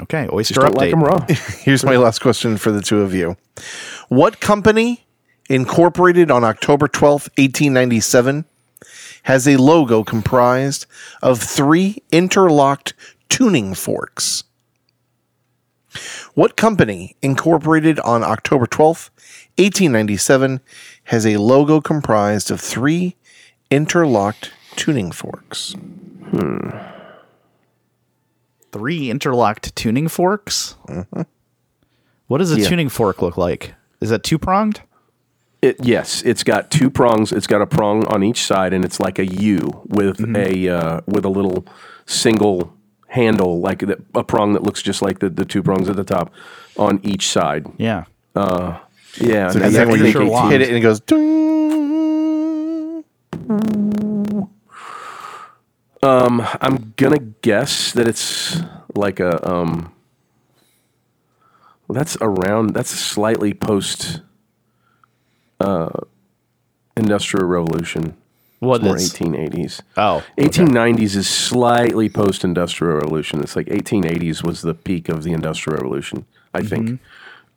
[SPEAKER 1] Okay, oyster
[SPEAKER 3] Just don't
[SPEAKER 1] update.
[SPEAKER 3] like them raw.
[SPEAKER 2] Here's my last question for the two of you. What company incorporated on October 12th, 1897 has a logo comprised of three interlocked tuning forks? What company incorporated on October 12th, 1897 has a logo comprised of three interlocked tuning forks?
[SPEAKER 1] Three interlocked tuning forks.
[SPEAKER 3] Mm-hmm.
[SPEAKER 1] What does a tuning fork look like? Is that two pronged?
[SPEAKER 3] It, yes, it's got two prongs. It's got a prong on each side, and it's like a U with
[SPEAKER 2] Mm-hmm.
[SPEAKER 3] a uh, with a little single handle, like the, a prong that looks just like the, the two prongs at the top on each side.
[SPEAKER 1] Yeah.
[SPEAKER 3] Yeah,
[SPEAKER 2] So
[SPEAKER 3] and
[SPEAKER 2] is that
[SPEAKER 3] that's
[SPEAKER 2] when
[SPEAKER 3] what
[SPEAKER 2] you
[SPEAKER 3] they
[SPEAKER 1] Sherlock.
[SPEAKER 2] hit it and it goes. "Ding"?
[SPEAKER 3] I'm gonna guess that it's like a um. Well, that's around. That's slightly post. Uh, Industrial Revolution.
[SPEAKER 1] What
[SPEAKER 3] More
[SPEAKER 1] is-
[SPEAKER 3] 1880s.
[SPEAKER 1] Oh,
[SPEAKER 3] 1890s is slightly post industrial revolution. It's like 1880s was the peak of the industrial revolution, I think.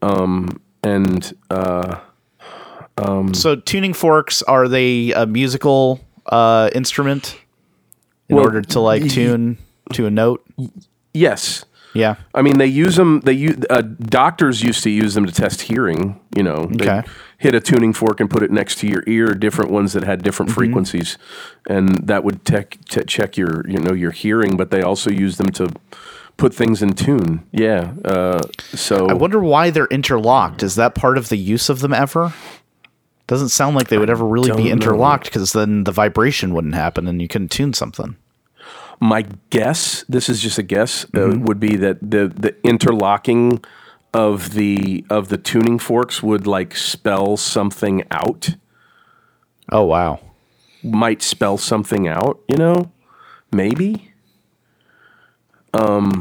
[SPEAKER 1] Mm-hmm.
[SPEAKER 3] Um, and uh,
[SPEAKER 1] So tuning forks are they a musical uh, instrument in
[SPEAKER 3] Well,
[SPEAKER 1] order to like tune to a note?
[SPEAKER 3] yes,
[SPEAKER 1] Yeah.
[SPEAKER 3] I mean they use them. They u- uh, doctors used to use them to test hearing. You know, They'd
[SPEAKER 1] Okay.
[SPEAKER 3] hit a tuning fork and put it next to your ear, different ones that had different
[SPEAKER 1] Mm-hmm.
[SPEAKER 3] frequencies, and that would tech te- check your you know your hearing. But they also use them to put things in tune. Yeah. Uh, so
[SPEAKER 1] I wonder why they're interlocked. Is that part of the use of them ever? Doesn't sound like they would ever really
[SPEAKER 3] don't
[SPEAKER 1] be
[SPEAKER 3] know.
[SPEAKER 1] interlocked because then the vibration wouldn't happen and you couldn't tune something.
[SPEAKER 3] My guess, this is just a guess,
[SPEAKER 1] Mm-hmm.
[SPEAKER 3] uh, would be that the the interlocking of the of the tuning forks would like spell something out.
[SPEAKER 1] Oh wow.
[SPEAKER 3] Might spell something out, you know? Maybe.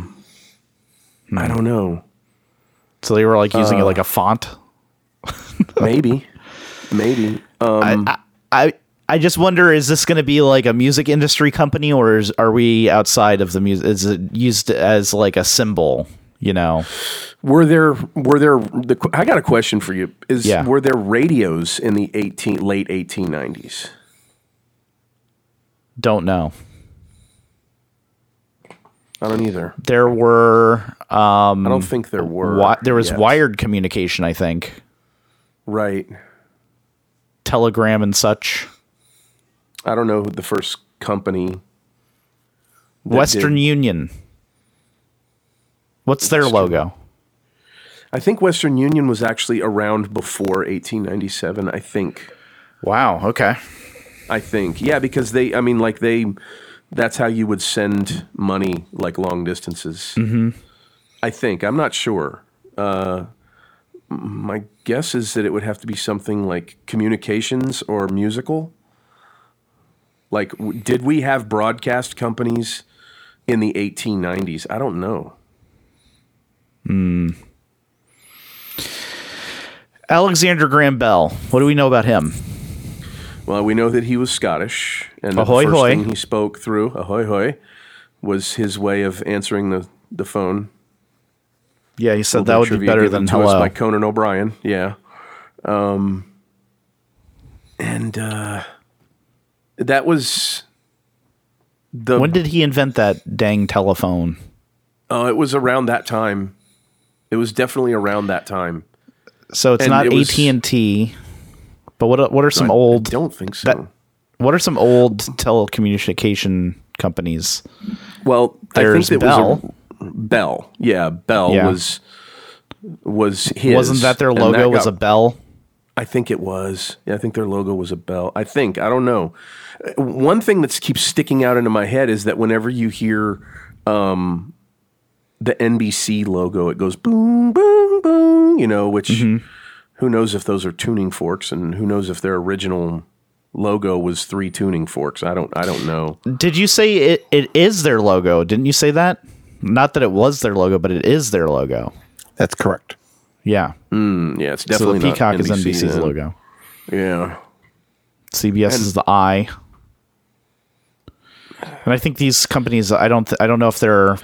[SPEAKER 3] Um I don't know.
[SPEAKER 1] So they were like using
[SPEAKER 3] Uh.
[SPEAKER 1] it like a font.
[SPEAKER 3] Maybe. Maybe. Um
[SPEAKER 1] I I just wonder is this going to be like a music industry company or is, are we outside of the music? Is it used as like a symbol? You know.
[SPEAKER 3] were there were there the qu- I got a question for you. Is
[SPEAKER 1] Yeah.
[SPEAKER 3] were there radios in the 18 late 1890s?
[SPEAKER 1] Don't know.
[SPEAKER 3] I don't either.
[SPEAKER 1] There were
[SPEAKER 3] I don't think there were.
[SPEAKER 1] Mm. Wi- there was
[SPEAKER 3] yet.
[SPEAKER 1] wired communication, I think,
[SPEAKER 3] Right.
[SPEAKER 1] telegram and such.
[SPEAKER 3] I don't know who the first company.
[SPEAKER 1] Western
[SPEAKER 3] did-
[SPEAKER 1] Union. What's their logo?
[SPEAKER 3] I think Western Union was actually around before 1897. I think.
[SPEAKER 1] Wow. Okay.
[SPEAKER 3] I think. Yeah, because they. I mean, like they. That's how you would send money like long distances. Mm-hmm. I think. I'm not sure. Uh, m- my guess is that it would have to be something like communications or musical. Like, w- did we have broadcast companies in the 1890s? I don't know.
[SPEAKER 1] Alexander Graham Bell. What do we know about him?
[SPEAKER 3] Well, we know that he was Scottish, and that the
[SPEAKER 1] Ahoy,
[SPEAKER 3] first
[SPEAKER 1] hoy.
[SPEAKER 3] thing he spoke through "ahoy hoy" was his way of answering the, the phone.
[SPEAKER 1] Yeah, he said that
[SPEAKER 3] Little
[SPEAKER 1] would be
[SPEAKER 3] trivia
[SPEAKER 1] better
[SPEAKER 3] given
[SPEAKER 1] than
[SPEAKER 3] to us
[SPEAKER 1] hello.
[SPEAKER 3] by Conan O'Brien. Yeah, um, and uh, that was the
[SPEAKER 1] When did he invent that dang telephone?
[SPEAKER 3] oh, it was around that time. It was definitely around that time.
[SPEAKER 1] So it's
[SPEAKER 3] And
[SPEAKER 1] not
[SPEAKER 3] it was-
[SPEAKER 1] AT and T. But what what are some
[SPEAKER 3] I-
[SPEAKER 1] old
[SPEAKER 3] I don't think so.
[SPEAKER 1] that- what are some old telecommunication companies?
[SPEAKER 3] Well,
[SPEAKER 1] There's
[SPEAKER 3] I think that was
[SPEAKER 1] Bell.
[SPEAKER 3] a, Bell. Yeah, Bell
[SPEAKER 1] Yeah.
[SPEAKER 3] was was his.
[SPEAKER 1] Wasn't that their
[SPEAKER 3] and
[SPEAKER 1] logo was
[SPEAKER 3] got-
[SPEAKER 1] a bell?
[SPEAKER 3] I think it was. Yeah, I think their logo was a bell. I think. I don't know. Uh, One thing that keeps sticking out into my head is that whenever you hear um, the NBC logo, it goes boom, boom, boom, you know, which
[SPEAKER 1] Mm-hmm.
[SPEAKER 3] who knows if those are tuning forks and who knows if their original logo was three tuning forks. I don't I don't know.
[SPEAKER 1] Did you say it, it is their logo? Didn't you say that? Not that it was their logo, but it is their logo.
[SPEAKER 2] That's correct.
[SPEAKER 1] Yeah.
[SPEAKER 3] Mm, Yeah, it's
[SPEAKER 1] So the
[SPEAKER 3] definitely
[SPEAKER 1] peacock
[SPEAKER 3] not
[SPEAKER 1] is
[SPEAKER 3] NBC
[SPEAKER 1] NBC's
[SPEAKER 3] then.
[SPEAKER 1] logo.
[SPEAKER 3] Yeah.
[SPEAKER 1] CBS is the eye. And I think these companies, I don't, th- I don't know if they're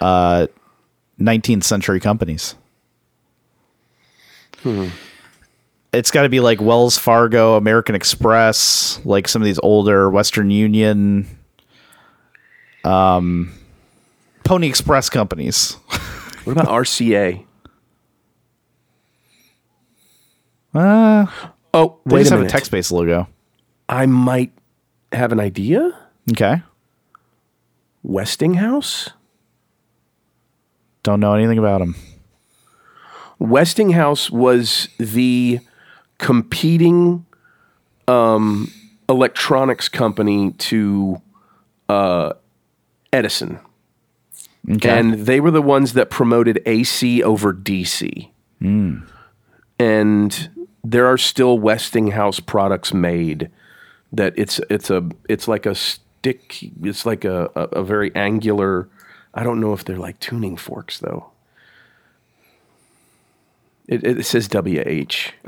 [SPEAKER 1] uh, 19th century companies.
[SPEAKER 3] Hmm.
[SPEAKER 1] It's got to be like Wells Fargo, American Express, like some of these older Western Union, um, Pony Express companies.
[SPEAKER 3] What about RCA? oh,
[SPEAKER 1] Uh, They
[SPEAKER 3] wait
[SPEAKER 1] just
[SPEAKER 3] a
[SPEAKER 1] have a
[SPEAKER 3] minute.
[SPEAKER 1] text based logo.
[SPEAKER 3] I might have an idea.
[SPEAKER 1] Okay.
[SPEAKER 3] Westinghouse?
[SPEAKER 1] Don't know anything about them.
[SPEAKER 3] Westinghouse was the competing um, electronics company to uh, Edison.
[SPEAKER 1] Okay.
[SPEAKER 3] And they were the ones that promoted AC over DC.
[SPEAKER 1] Hmm.
[SPEAKER 3] And there are still Westinghouse products made that it's it's a it's like a stick it's like a, a, a very angular I don't know if they're like tuning forks though. It, it says WH. I don't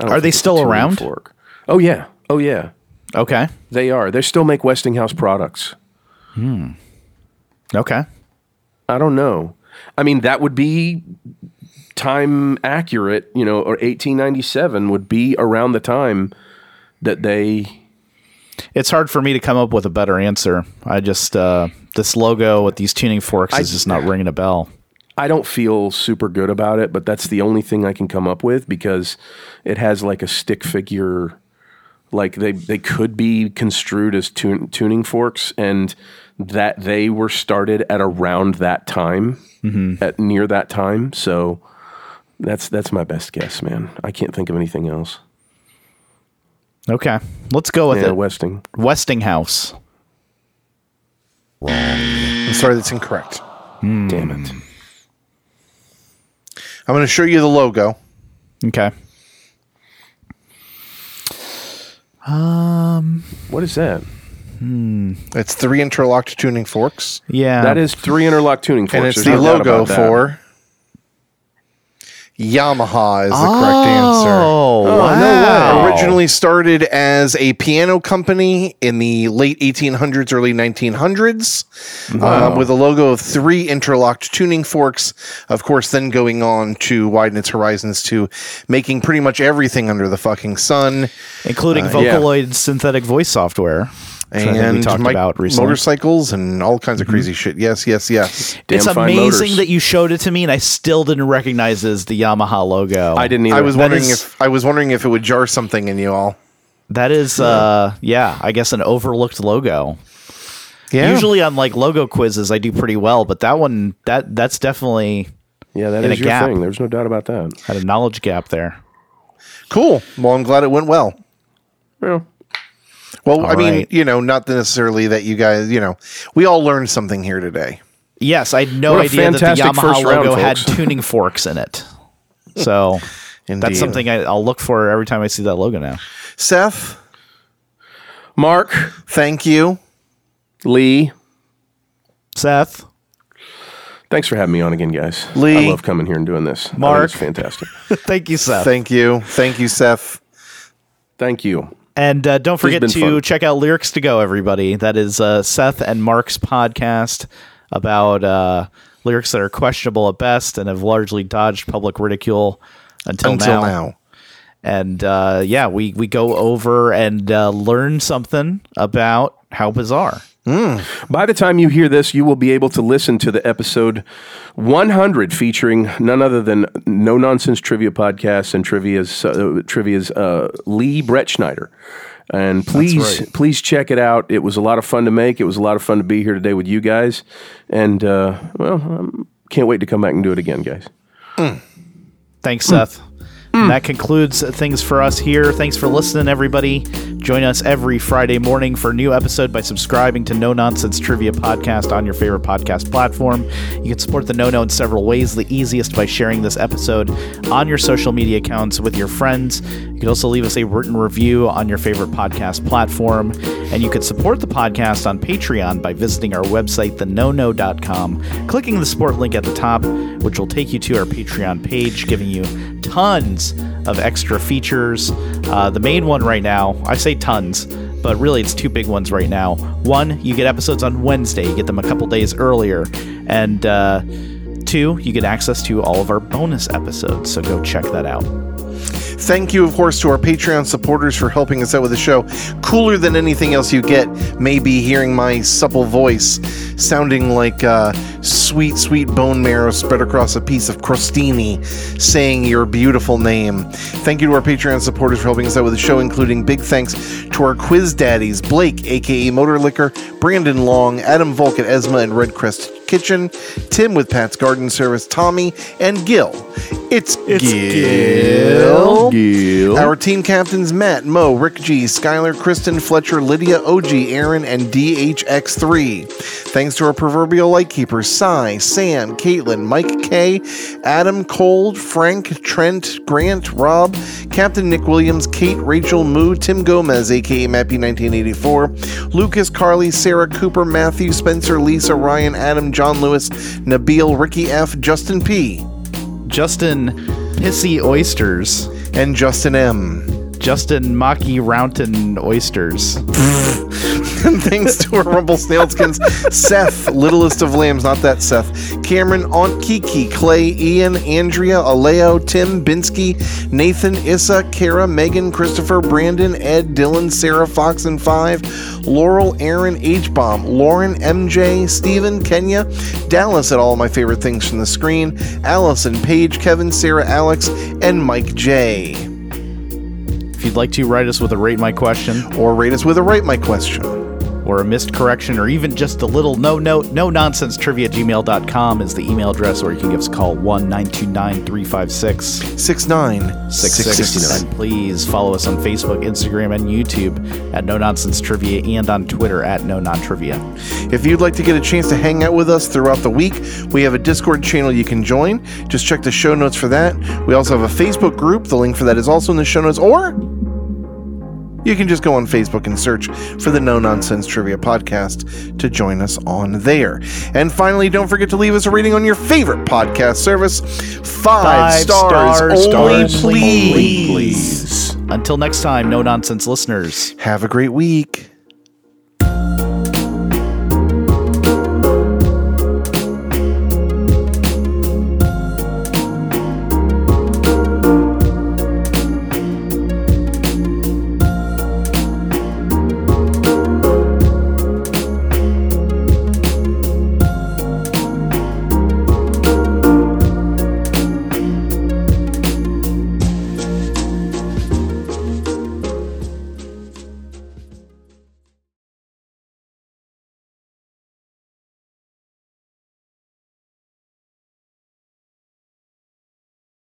[SPEAKER 1] Are
[SPEAKER 3] think
[SPEAKER 1] they
[SPEAKER 3] it's a
[SPEAKER 1] still
[SPEAKER 3] tuning
[SPEAKER 1] around?
[SPEAKER 3] Fork. Oh yeah. Oh yeah,
[SPEAKER 1] Okay.
[SPEAKER 3] they are. They still make Westinghouse products.
[SPEAKER 1] Okay.
[SPEAKER 3] I don't know. I mean, that would be time accurate, you know, or 1897 would be around the time that they.
[SPEAKER 1] It's hard for me to come up with a better answer. I just uh, this logo with these tuning forks is just not ringing a bell.
[SPEAKER 3] I don't feel super good about it, but that's the only thing I can come up with because it has like a stick figure. Like they, they could be construed as tun- tuning forks, and that they were started at around that time,
[SPEAKER 1] Mm-hmm.
[SPEAKER 3] at near that time. So that's that's my best guess, man. I can't think of anything else.
[SPEAKER 1] Okay, let's go with
[SPEAKER 3] Yeah,
[SPEAKER 1] it.
[SPEAKER 3] Westing.
[SPEAKER 1] Westinghouse.
[SPEAKER 2] I'm sorry, that's incorrect.
[SPEAKER 1] Mm.
[SPEAKER 3] Damn it.
[SPEAKER 2] I'm going to show you the logo.
[SPEAKER 1] Okay.
[SPEAKER 3] What is that?
[SPEAKER 2] It's three interlocked tuning forks,
[SPEAKER 1] Yeah.
[SPEAKER 3] that is three interlock tuning forks.
[SPEAKER 2] and it's
[SPEAKER 3] There's
[SPEAKER 2] the
[SPEAKER 3] no doubt
[SPEAKER 2] logo
[SPEAKER 3] about that.
[SPEAKER 2] for Yamaha. Is the correct answer.
[SPEAKER 1] Oh, wow.
[SPEAKER 2] Originally started as a piano company in the late 1800s, early 1900s, uh, with a logo of three interlocked tuning forks. Of course, then going on to widen its horizons to making pretty much everything under the fucking sun
[SPEAKER 1] including
[SPEAKER 3] Uh,
[SPEAKER 1] Vocaloid synthetic voice software. which I think we
[SPEAKER 2] and
[SPEAKER 1] talked
[SPEAKER 2] mi-
[SPEAKER 1] about recently. Mm-hmm.
[SPEAKER 2] motorcycles and all kinds of crazy shit. Yes, yes, yes.
[SPEAKER 3] Damn
[SPEAKER 1] it's
[SPEAKER 3] fine
[SPEAKER 1] amazing
[SPEAKER 3] motors.
[SPEAKER 1] that you showed it to me, and I still didn't recognize it as the Yamaha logo.
[SPEAKER 3] I didn't. Either.
[SPEAKER 2] I was wondering
[SPEAKER 1] is-
[SPEAKER 2] if I was wondering if it would jar something in you all.
[SPEAKER 1] That is, uh, yeah, I guess an overlooked logo.
[SPEAKER 2] Yeah.
[SPEAKER 1] Usually on like logo quizzes, I do pretty well, but that one, that that's definitely
[SPEAKER 3] Yeah, that
[SPEAKER 1] in a
[SPEAKER 3] is your
[SPEAKER 1] gap.
[SPEAKER 3] thing. There's no doubt about that.
[SPEAKER 1] had a knowledge gap there.
[SPEAKER 2] cool. Well, I'm glad it went well.
[SPEAKER 3] Well,
[SPEAKER 2] Well, I mean,
[SPEAKER 1] right.
[SPEAKER 2] you know, not necessarily that you guys, you know, we all learned something here today.
[SPEAKER 1] Yes, I had no
[SPEAKER 3] What a
[SPEAKER 1] idea that the
[SPEAKER 3] fantastic
[SPEAKER 1] Yamaha
[SPEAKER 3] first round,
[SPEAKER 1] logo had
[SPEAKER 3] folks.
[SPEAKER 1] tuning forks in it. So
[SPEAKER 2] Indeed.
[SPEAKER 1] that's something I, I'll look for every time I see that logo now.
[SPEAKER 2] Seth,
[SPEAKER 3] Mark
[SPEAKER 2] thank you.
[SPEAKER 3] Lee,
[SPEAKER 1] Seth,
[SPEAKER 3] thanks for having me on again, guys.
[SPEAKER 2] Lee.
[SPEAKER 3] I love coming here and doing this. I think
[SPEAKER 1] Mark.
[SPEAKER 3] it's fantastic.
[SPEAKER 1] thank you, Seth.
[SPEAKER 2] Thank you. Thank you, Seth.
[SPEAKER 3] Thank you.
[SPEAKER 1] And uh, don't forget
[SPEAKER 3] been
[SPEAKER 1] to
[SPEAKER 3] fun.
[SPEAKER 1] check out Lyrics to Go, everybody. That is uh, Seth and Mark's podcast about uh, lyrics that are questionable at best and have largely dodged public ridicule until,
[SPEAKER 2] Until
[SPEAKER 1] now.
[SPEAKER 2] now.
[SPEAKER 1] And uh, yeah, we, we go over and uh, learn something about how bizarre.
[SPEAKER 3] By the time you hear this, you will be able to listen to the episode 100 featuring none other than No Nonsense Trivia Podcast and Trivia's uh, Trivia's uh, Lee Brett Schneider. And please, please check it out. It was a lot of fun to make. It was a lot of fun to be here today with you guys. And uh, well, um, can't wait to come back and do it again, guys.
[SPEAKER 1] Thanks, Seth. And that concludes things for us here. Thanks for listening, everybody. Join us every Friday morning for a new episode by subscribing to No Nonsense Trivia Podcast on your favorite podcast platform. You can support the No No in several ways, the easiest by sharing this episode on your social media accounts with your friends. You can also leave us a written review on your favorite podcast platform. And you can support the podcast on Patreon by visiting our website, thenono.com, clicking the support link at the top, which will take you to our Patreon page, giving you tons of extra features. Uh, the main one right now, I say tons, but really it's two big ones right now. One, you get episodes on Wednesday, you get them a couple days earlier. And uh, two, you get access to all of our bonus episodes. So go check that out.
[SPEAKER 2] Thank you, of course, to our Patreon supporters for helping us out with the show. Cooler than anything else you get may be hearing my supple voice sounding like uh, sweet, sweet bone marrow spread across a piece of crostini saying your beautiful name. Thank you to our Patreon supporters for helping us out with the show, including big thanks to our quiz daddies, Blake, aka Motor Liquor, Brandon Long, Adam Volk at Esma and Red Crest Kitchen, Tim with Pat's Garden Service, Tommy, and Gil. It's, Gil. Our team captains Matt, Mo, Rick G, Skylar, Kristen, Fletcher, Lydia, OG, Aaron, and DHX3. Thanks to our proverbial lightkeepers Cy, Sam, Caitlin, Mike K, Adam, Cold, Frank, Trent, Grant, Rob, Captain Nick Williams, Kate, Rachel, Moo, Tim Gomez, aka Mappy1984, Lucas, Carly, Sarah, Cooper, Matthew, Spencer, Lisa, Ryan, Adam, John Lewis, Nabil, Ricky F, Justin P,
[SPEAKER 1] Justin Pissy Oysters.
[SPEAKER 2] and Justin M.
[SPEAKER 1] Justin Maki Rountain Oysters.
[SPEAKER 2] and thanks to our Rumble Snailskins, Seth, Littlest of Lambs, not that Seth, Cameron, Aunt Kiki, Clay, Ian, Andrea, Aleo, Tim, Binsky, Nathan, Issa, Kara, Megan, Christopher, Brandon, Ed, Dylan, Sarah, Fox, and Five, Laurel, Aaron, H Bomb, Lauren, MJ, Steven, Kenya, Dallas at all my favorite things from the screen, Allison, Paige, Kevin, Sarah, Alex, and Mike J.
[SPEAKER 1] If you'd like to write us with a rate my question
[SPEAKER 2] Or rate us with a write my question.
[SPEAKER 1] or a missed correction or even just a little no note, no nonsense trivia at gmail.com is the email address or you can give us a call 1 929 356
[SPEAKER 2] Six nine
[SPEAKER 1] Six six. And please follow us on Facebook, Instagram, and YouTube at No Nonsense Trivia and on Twitter at No Non Trivia.
[SPEAKER 2] If you'd like to get a chance to hang out with us throughout the week, we have a Discord channel you can join. Just check the show notes for that. We also have a Facebook group. The link for that is also in the show notes, or you can just go on Facebook and search for the No Nonsense Trivia Podcast to join us on there. And finally, don't forget to leave us a rating on your favorite podcast service. Five, stars, only,
[SPEAKER 1] please.
[SPEAKER 2] please.
[SPEAKER 1] Until next time, No Nonsense listeners.
[SPEAKER 2] Have a great week.